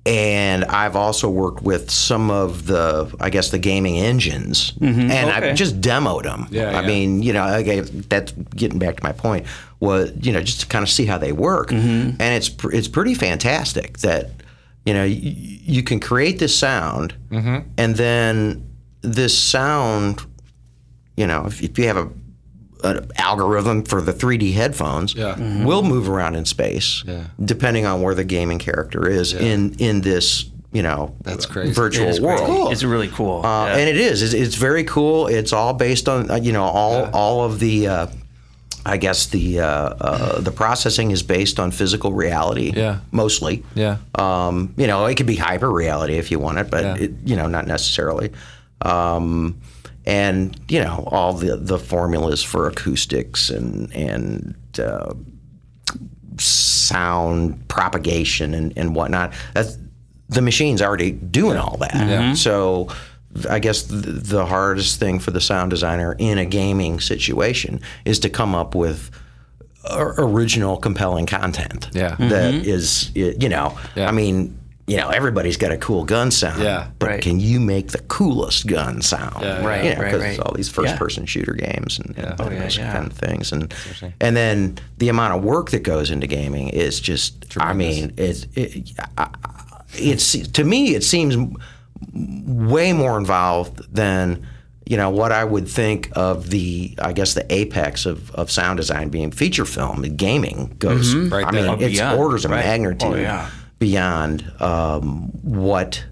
And I've also worked with some of the, I guess, the gaming engines, and
Okay.
I've just demoed them.
Mm-hmm. Yeah,
I
yeah.
mean, you know, okay, that's getting back to my point was, you know, just to kind of see how they work,
Mm-hmm.
and it's pr- it's pretty fantastic that, you know, y- you can create this sound,
Mm-hmm.
and then this sound, you know, if, if you have a an algorithm for the 3D headphones
Yeah.
will move around in space,
Yeah.
depending on where the gaming character is in in this you know
That's crazy.
virtual
It's
world.
crazy. It's really cool.
Uh,
Yeah.
And it is. It's, it's very cool. It's all based on uh, you know all all of the. Uh, I guess the uh, uh, the processing is based on physical reality,
Yeah.
mostly.
Yeah.
Um, you know, it could be hyper reality if you want it, but
Yeah.
it, you know, not necessarily. Um, and you know, all the the formulas for acoustics and and uh, sound propagation and, and whatnot. That's, the machine's already doing all that.
Mm-hmm.
So I guess the, the hardest thing for the sound designer in a gaming situation is to come up with o- original compelling content
Yeah.
that is y- you know
Mm-hmm. Yeah.
i mean you know everybody's got a cool gun sound
Yeah.
but
Right.
can you make the coolest gun sound
Yeah, yeah.
Right,
you know,
right,
'cause
right. Oh,
it's all these first person shooter games and, and
yeah,
those
yeah.
kind of things and and then the amount of work that goes into gaming is just i mean it's it, I- I- it's to me it seems m- way more involved than you know what I would think of the I guess the apex of, of sound design being feature film and gaming goes
Right
I
there.
mean
Oh,
it's
beyond,
orders of
right.
magnitude
Oh, yeah.
beyond um, what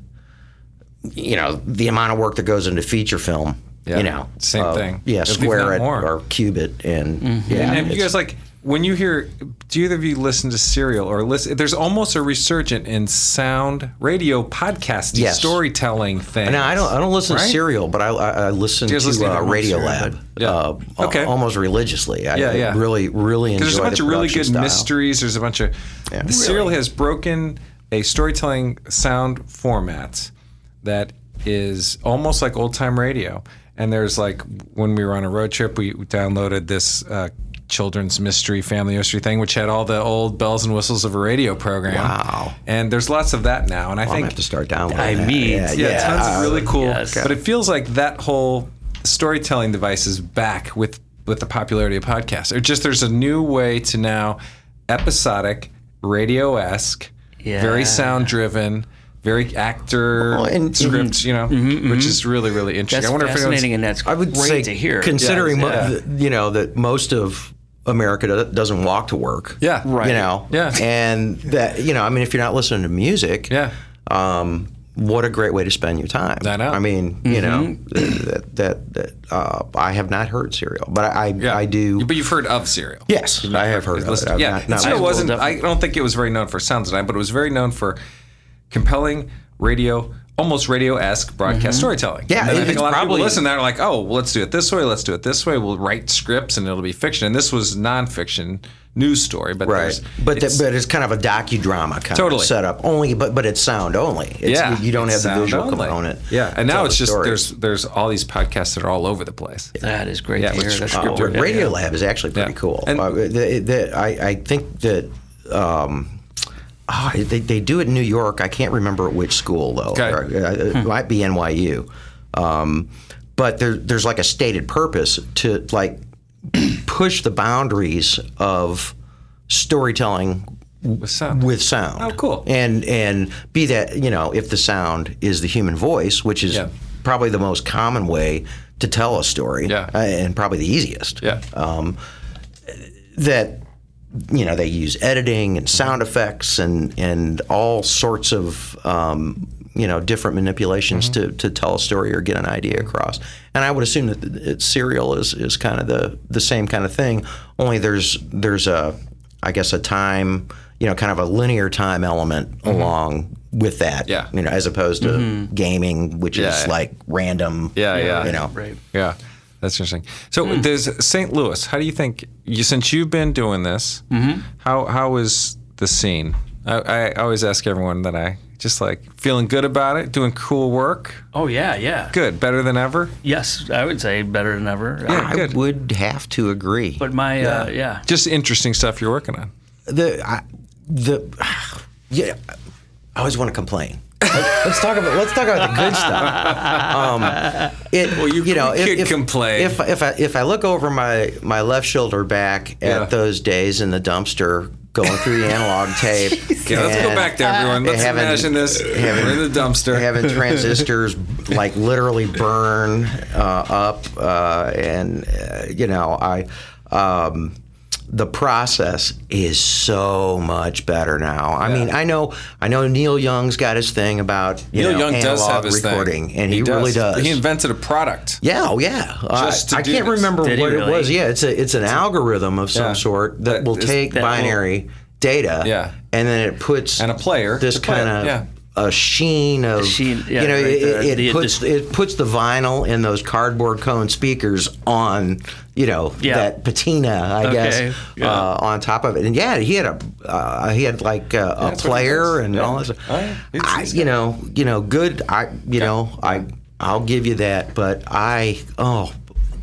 you know the amount of work that goes into feature film
Yeah.
you know Uh,
Same thing.
yeah
If we've
square
done
it
more. Mm-hmm.
or cube it and yeah
And have you
it's-
guys like when you hear? Do either of you listen to Serial or listen? There's almost a resurgent in sound, radio, podcasting,
Yes.
storytelling thing.
No, I don't. I don't listen
Right?
to Serial, but I, I, I listen
Do you
to
guys listen to
uh,
Harmony
Radio
Serial,
Lab.
but- Yeah.
Uh, al-
Okay.
Almost religiously. I,
Yeah,
I
yeah.
Really, really enjoy.
There's a bunch
the
of really
production
good
style.
mysteries. There's a bunch of the serial has broken a storytelling sound format that is almost like old time radio. And there's like when we were on a road trip, we downloaded this uh, children's mystery, family mystery thing, which had all the old bells and whistles of a radio program.
Wow.
And there's lots of that now. And I
I'm
think
gonna have to start downloading.
I
that.
mean,
yeah,
yeah, tons
uh,
of really cool.
yes.
But it feels like that whole storytelling device is back with with the popularity of podcasts. Or just there's a new way to now episodic, radio esque, very
Yeah.
sound driven, very actor
Well, and-
script. You know, which is really really interesting.
That's
I wonder if anyone's
fascinating, and that's
I would
great
say
to hear.
considering
Yeah.
mo-
Yeah.
th- you know that most of America do- doesn't walk to work.
yeah
Right.
You know.
Yeah.
And that you know, I mean, if you're not listening to music,
yeah
um, what a great way to spend your time.
I know. Mm-hmm.
mean, you know, that that, that uh, I have not heard Serial, but I I,
yeah
I do.
But you've heard of Serial.
Yes, I have heard of it.
Listen-
I've
yeah,
not-
and
not
so it
listened.
wasn't. I
definitely.
don't think it was very known for sound design, but it was very known for compelling radio, almost radio-esque broadcast storytelling.
Mm-hmm. Yeah,
and then I
it-
think
it's
a lot of
probably-
people listen. They're like, "Oh, well, let's do it this way. Let's do it this way. We'll write scripts, and it'll be fiction." And this was nonfiction news story, but
Right,
there's-
but
it's-
it's, but it's kind of a docudrama kind
Totally.
of setup. Only, but but it's sound only. It's,
yeah,
you, you don't
it's
have the
sound
visual
only.
component.
Yeah, and
to
now
tell
it's
the
just
story.
there's there's all these podcasts that are all over the place.
that is great
Yeah,
to
with
hear. That's
script-
Oh,
great to hear.
Radio Lab is actually pretty
Yeah.
cool.
And-
Uh, the- the- I, I think that. Um, oh, they, they do it in New York. I can't remember at which school though.
Okay. Hmm.
Or, uh, It might be NYU, um, but there, there's like a stated purpose to like push the boundaries of storytelling
With sound.
with sound.
Oh, cool.
And and be that you know if the sound is the human voice, which is
Yeah.
probably the most common way to tell a story,
Yeah.
uh, and probably the easiest.
yeah,
Um, That you know they use editing and sound effects and and all sorts of. Um, you know, different manipulations
Mm-hmm.
to, to tell a story or get an idea across, and I would assume that th- it's serial is, is kind of the, the same kind of thing. Only there's there's a I guess a time you know kind of a linear time element along with that.
Mm-hmm. Yeah. Mm-hmm.
you know, as opposed to gaming, which
Yeah,
is
yeah.
like random.
Yeah, yeah.
you know,
Right.
Yeah, that's interesting. So
Hmm.
there's St. Louis. How do you think you since you've been doing this?
Mm-hmm.
How how is the scene? I, I always ask everyone that I just like feeling good about it, doing cool work.
Oh yeah, yeah.
Good, better than ever.
Yes, I would say better than ever. Uh,
Yeah,
I
good.
would have to agree.
but my yeah. Uh, yeah.
Just interesting stuff you're working on.
the I, the [SIGHS] yeah, I always want to complain. Let- let's talk about let's talk about the good stuff. Um, it, well,
you-
you, know,
you
if,
could
if-
complain.
If if I, if I look over my my left shoulder back
Yeah.
at those days in the dumpster going through
[LAUGHS]
the analog tape.
Okay, let's go
and
back there, everyone. Let's
having-
imagine this.
having-
We're in the dumpster.
having transistors like literally burn uh, up, uh, and uh, you know, I um, the process is so much better now. I mean, I know, I know Neil Young's got his thing about you
Neil
know,
Young
analog
does have his
recording,
thing.
and he, really does.
He invented a product.
yeah, oh yeah.
Just
Uh,
to
I
do
can't
this.
remember
Did he
what
really?
it was. Yeah, it's a, it's an algorithm of some
Yeah.
sort that,
That
will
is-
take
that will-
binary data.
Yeah.
and then it puts
And a player
this
to play it,
kind of
yeah.
a sheen of
sheen, yeah,
you know
right,
it,
the-
it
the-
puts it puts the vinyl and those cardboard cone speakers on you know
Yeah.
that patina I guess
yeah.
uh, on top of it and yeah he had a uh, he had like uh, a
that's what he
player
does.
and
Yeah.
all this
Oh, yeah. He's-
I,
he's
you know you know good I you know I I'll give you that but I oh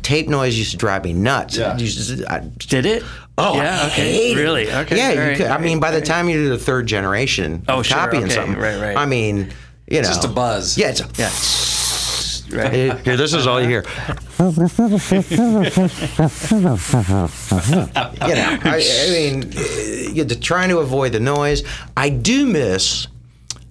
tape noise used to drive me nuts
Yeah.
It used to- I-
Did it?
Oh,
yeah.
I
okay.
hate it.
really? Okay.
Yeah,
all
you
right,
could. I
all
mean,
right,
by the
all right.
time you're the third generation,
Oh,
of
sure,
copying
okay,
something,
right, right.
I mean, you know,
just a buzz.
Yeah, it's a,
Yeah. Right.
Eh, here, this is all you hear. you know, I, I mean, eh, you're trying to avoid the noise. I do miss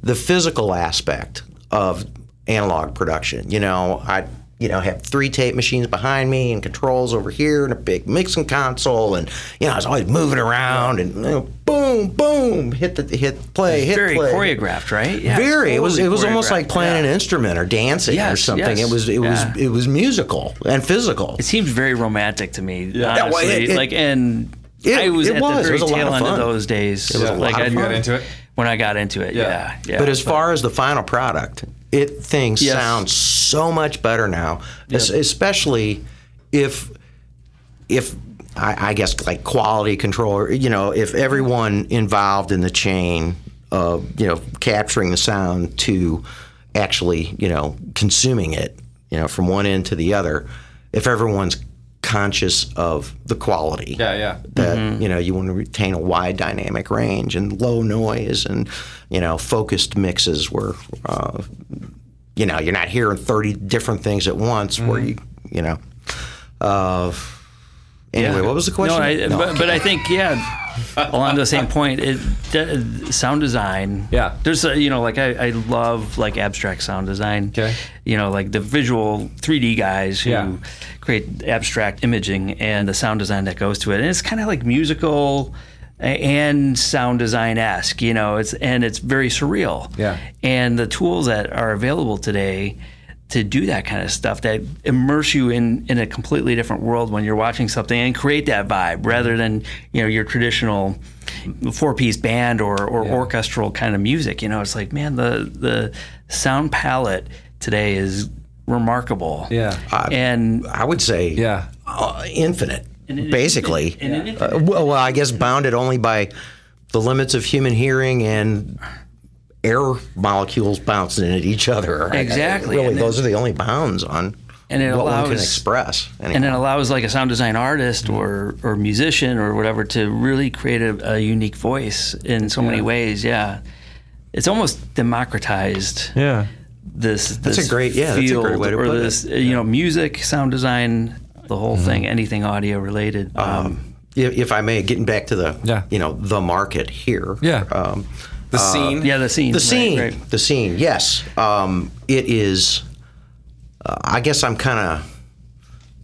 the physical aspect of analog production. You know, I you know have three tape machines behind me and controls over here and a big mixing console and you know I was always moving around and you know, boom boom hit the hit play hit
Very
play
choreographed, right? Yeah,
very it was
totally
it was almost like
choreographed,
playing
yeah.
an instrument or dancing or
Yes,
something
yes,
it was it was
yeah.
it was musical and physical
It seemed very romantic to me,
Yeah, well,
honestly.
it- it-
like, and I
It-
was
it
at
was. It
the very
was a lot
tail
of
end of
fun.
those days.
was a
like
lot of
I'd-
fun. You got
into it?
When I got into it, yeah, yeah.
but as far as the final product it thing
Yes.
sounds so much better now es- especially if if I, I guess like quality control or, you know if everyone involved in the chain of you know capturing the sound to actually you know consuming it you know from one end to the other if everyone's conscious of the quality
Yeah, yeah.
that
Mm-hmm.
you know you want to retain a wide dynamic range and low noise and you know focused mixes where uh, you know you're not hearing 30 different things at once where
Mm-hmm.
you you know uh, anyway what was the question
No, I, But, but I think yeah, along the same point, it de- sound design.
Yeah.
there's a, you know like I, I love like abstract sound design.
Okay.
you know like the visual 3D guys who
Yeah.
create abstract imaging and the sound design that goes to it, and it's kind of like musical a- and sound design esque. You know, it's and it's very surreal.
Yeah.
and the tools that are available today to do that kind of stuff that immerse you in in a completely different world when you're watching something and create that vibe rather than you know your traditional four piece band or or orchestral kind of music you know it's like man the the sound palette today is remarkable
Yeah.
and
I would say
Yeah.
uh, infinite basically
and an
Uh, well, well, I guess bounded only by the limits of human hearing and air molecules bouncing at each other. I- I-
Exactly,
really,
and it-
those are the only bounds on
And it
what one can
allows-
express. Anyway.
and it allows like a sound design artist
Mm-hmm.
or or musician or whatever to really create a, a unique voice in so many ways yeah it's almost democratized
Yeah.
this that's
a great- yeah, that's a great way to
or
put it.
this uh, you know music sound design the whole thing
Mm-hmm.
anything audio related
Uh-huh.
um,
if, if I may, getting back to the
Yeah.
you know the market here.
Yeah.
Um,
The scene.
yeah the scene
the
right,
scene.
right.
The scene. Yes. Um, it is. Uh, I guess I'm kind of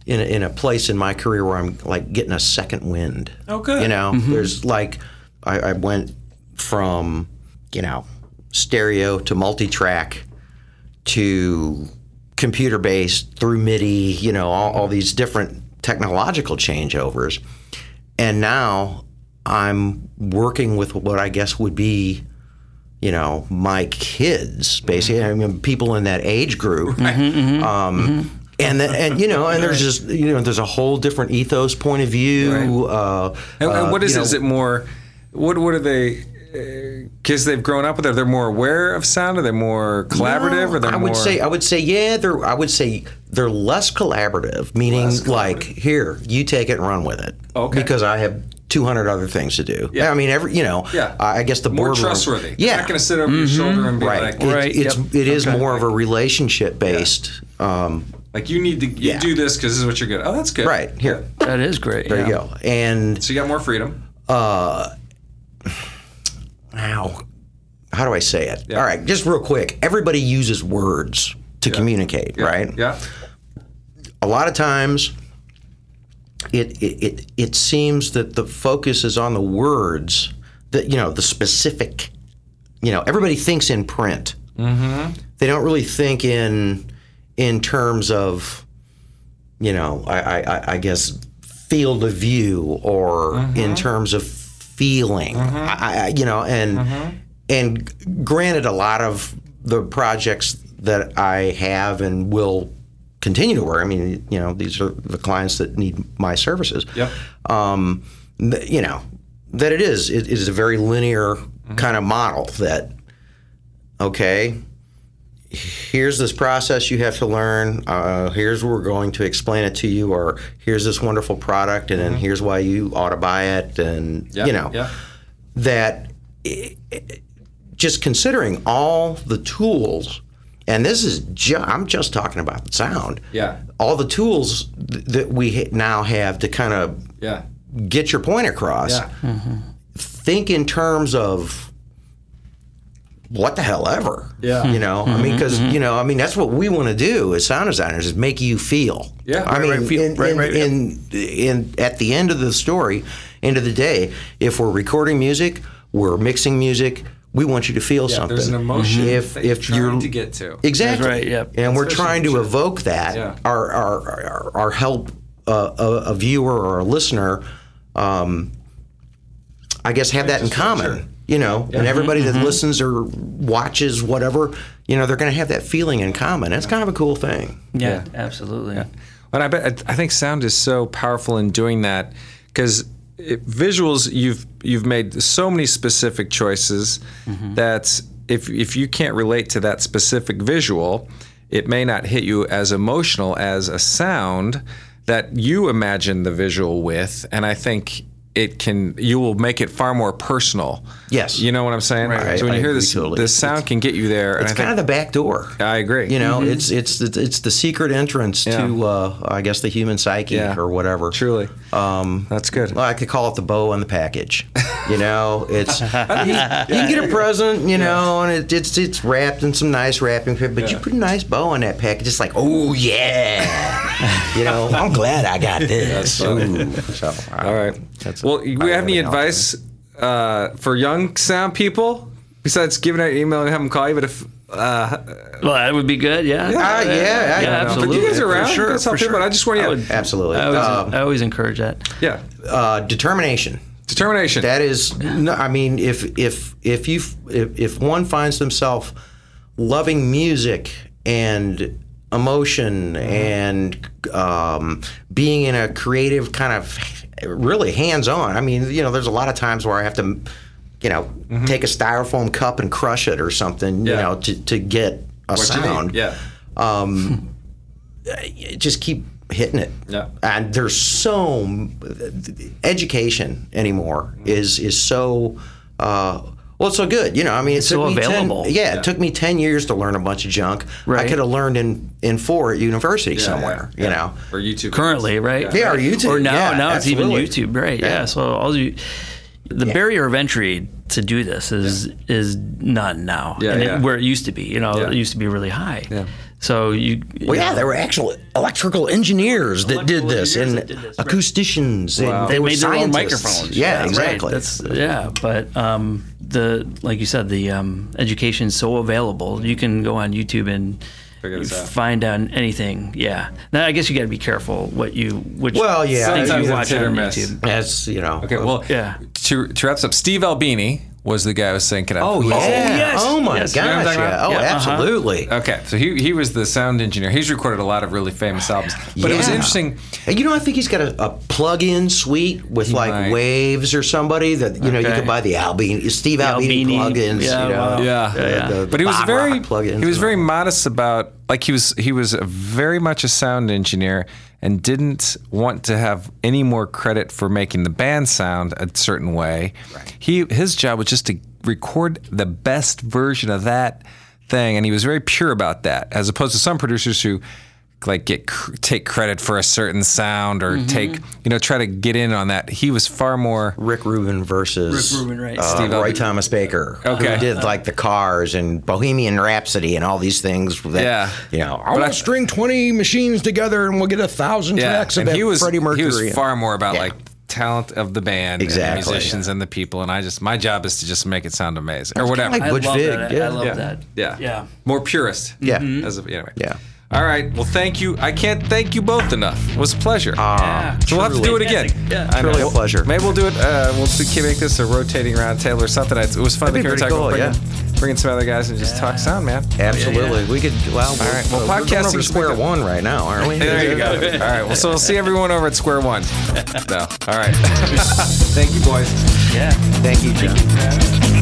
in a, in a place in my career where I'm like getting a second wind.
Oh, good.
You know, there's like I, I went from you know stereo to multi-track to computer based through MIDI, you know, all, all these different technological changeovers. And now I'm working with what I guess would be, you know, my kids, basically.
Mm-hmm.
I mean, people in that age group. Um, And, the, and you know and there's just you know there's a whole different ethos point of view.
Right.
Uh,
And, and
uh,
what is
you know,
is it more? What what are they? Because they've grown up with it, they're more aware of sound. Are they more collaborative?
No,
or they're
I would
more,
say I would say yeah. They're I would say they're less collaborative, meaning like here you take it and run with it.
Okay.
Because I have. 200 other things to do. Yeah. I mean, every, you know,
Yeah.
I I guess the
more
boardroom.
trustworthy. They're
Yeah. Mm-hmm.
not going to sit over your shoulder and be
right.
like,
Right,
It, it's,
yep.
it is more of a relationship based. Um,
like you need to you
Yeah.
do this because this is what you're good. at. Oh, that's good.
right. Here.
that is great
There
yeah.
you go. And
So you got more freedom.
how how do I say it? All right, just real quick. Everybody uses words to communicate, right?
Yeah.
a lot of times it, it it it seems that the focus is on the words that you know the specific you know everybody thinks in print mm-hmm. they don't really think in in terms of you know i i, I- I guess field of view or in terms of feeling I, I you know and and granted a lot of the projects that i have and will continue to work i mean you know these are the clients that need my services
Yep.
um, th- you know, that it is. It, it is a very linear
Mm-hmm.
kind of model that, okay, here's this process you have to learn. Uh, here's where we're going to explain it to you, or here's this wonderful product, and then here's why you ought to buy it, and,
Mm-hmm. Yeah.
you know,
Yeah.
that i- i- just considering all the tools, and this is, ju- I'm just talking about the sound.
Yeah.
All the tools th- that we ha- now have to kind of
Yeah.
get your point across.
Yeah.
Think in terms of what the hell ever.
Yeah. Mm-hmm,
You know, I mean, because you know, I mean, that's what we want to do as sound designers is make you feel.
Yeah.
I
Right,
mean,
right,
feel-
in,
right,
in,
right, yeah.
in, in- at the end of the story, end of the day, if we're recording music, we're mixing music. We want you to feel something.
There's an emotion
If
that you're
if you're
trying to get to.
Exactly.
That's right, yep.
And we're
Especially
trying to
sure.
evoke that,
Yeah.
or, or, or, or help uh, a, a viewer or a listener, um, I guess, have that in common. You know, and everybody
Mm-hmm.
that listens or watches whatever, you know, they're going to have that feeling in common. That's kind of a cool thing.
Yeah, absolutely.
And I bet I think sound is so powerful in doing that because visuals you've you've made so many specific choices
Mm-hmm.
that if if you can't relate to that specific visual, it may not hit you as emotional as a sound that you imagine the visual with. And I think it can you will make it far more personal.
Yes.
You know what I'm saying?
Right.
So when
I-
you
I
hear
agree
this,
totally.
this
It's-
sound can get you there. and
It's
I
kind of the back door.
think, I agree. Mm-hmm.
You know, it's it's the, it's the secret entrance to, uh, I guess, the human psyche
Yeah.
or whatever.
truly.
Um,
That's good.
Well, I could call it the bow on
[LAUGHS]
the package. You know, it's you, you get a present, you know, and it, it's it's wrapped in some nice wrapping paper, but you put a nice bow on that package. It's like, oh
[LAUGHS]
yeah, you know, I'm glad I got this. Ooh. So,
All right.
That's
well,
it.
you
I don't
have any
have any
advice uh, for young sound people besides giving out your email and have them call you? But if uh,
Well, that would be good. Yeah.
Ah, yeah, I-
yeah,
but
but
absolutely.
you guys are
For
around,
sure,
you guys help
for sure.
people. I just want
I
you.
would-
Absolutely.
I always,
Um,
I always encourage that.
yeah.
uh, determination.
Determination.
That is, no, I mean, if if if you if, if one finds themselves loving music and emotion and um, being in a creative kind of really hands-on. I mean, you know, there's a lot of times where I have to, you know, take a styrofoam cup and crush it or something, you
Mm-hmm. Yeah.
know, to to get a
What you need.
sound
Yeah.
just keep hitting it.
Yeah.
And there's so education anymore is is so uh, well it's so good. You know, I mean, it's
so available.
yeah, it took me ten years to learn a bunch of junk. I
Right.
could have learned in in four at university somewhere.
yeah,
You
yeah.
know.
Or YouTube.
currently, right?
Yeah, or YouTube,
Or now,
yeah,
now it's even
absolutely.
YouTube, right? Yeah. So all you, the barrier of entry to do this is is none now.
Yeah,
and
yeah.
It, where it used to be, you know,
Yeah.
it used to be really high. Yeah. So you,
Well, yeah, there were actual electrical engineers that did
Electrical
this,
engineers
and
that did this, right.
acousticians, and they,
they
were
made their own
scientists.
microphones.
Yeah,
right.
exactly.
That's yeah, but um, the like you said, the um, education is so available. You can go on YouTube and
Figure this out.
find out anything. Yeah. Now I guess you got to be careful what you which
Well, yeah.
things
Sometimes it's
you watch
hit or
on
miss.
YouTube.
That's you know.
Okay. Well,
Yeah.
To, to wrap this up, Steve Albini was the guy I was thinking of.
oh yeah. Oh,
yes.
my
Yes. You know what
I'm
gosh.
talking
Yeah.
about?
Oh,
Yeah, uh-huh.
absolutely.
Okay. So he, he was the sound engineer. He's recorded a lot of really famous albums. But it was
Yeah.
interesting.
And you know, I think he's got a, a plug-in suite with like
might.
Waves or somebody that you know you
Okay.
could buy the Albini, Steve Albini,
Albini,
plugins.
yeah,
you know,
wow.
Yeah.
the-
yeah.
the
but he was
Bob
very
Rock plugins
he was
and
very
all.
modest about like he was he was a very much a sound engineer and didn't want to have any more credit for making the band sound a certain way. He his job was just to record the best version of that thing and he was very pure about that as opposed to some producers who like get cr- take credit for a certain sound
Mm-hmm.
or take you know try to get in on that. He was far more
Rick Rubin versus
Rick Rubin, right.
uh,
Steve
Roy Thomas Baker,
Okay.
who did like the Cars and Bohemian Rhapsody and all these things. That,
Yeah.
you know, I
But
want
I-
to string twenty machines together and we'll get a thousand
yeah,
tracks of
and
that
he was
Freddie Mercury.
he was
and-
far more about
Yeah.
like talent of the band, and the
Exactly.
musicians and the people. And I just my job is to just make it sound amazing or whatever.
like-
I
Butch
love
Vig,
that. I
yeah.
love
Yeah.
that.
Yeah.
Yeah.
More purist.
Yeah. Mm-hmm.
As of, anyway.
Yeah.
All right. Well, thank you. I can't thank you both enough. It was a pleasure.
Yeah.
so we'll have to do it
truly.
again.
Yeah.
I know.
Ah, Truly a
We'll-
pleasure.
Maybe we'll do it. Uh, we'll do, make this a rotating roundtable or something. It's- It was fun
That'd
to
be
come
pretty
talk.
cool,
bringing,
yeah.
bringing some other guys and just talk sound, man.
Absolutely, we could. Well, all
right, well,
we're going
podcasting's
over
been
square
good.
one right now, aren't we?
There you go. All right. Well, so we'll see everyone over at Square [LAUGHS] One. No. All right. [LAUGHS] thank you, boys.
Yeah.
Thank you, John.
Yeah.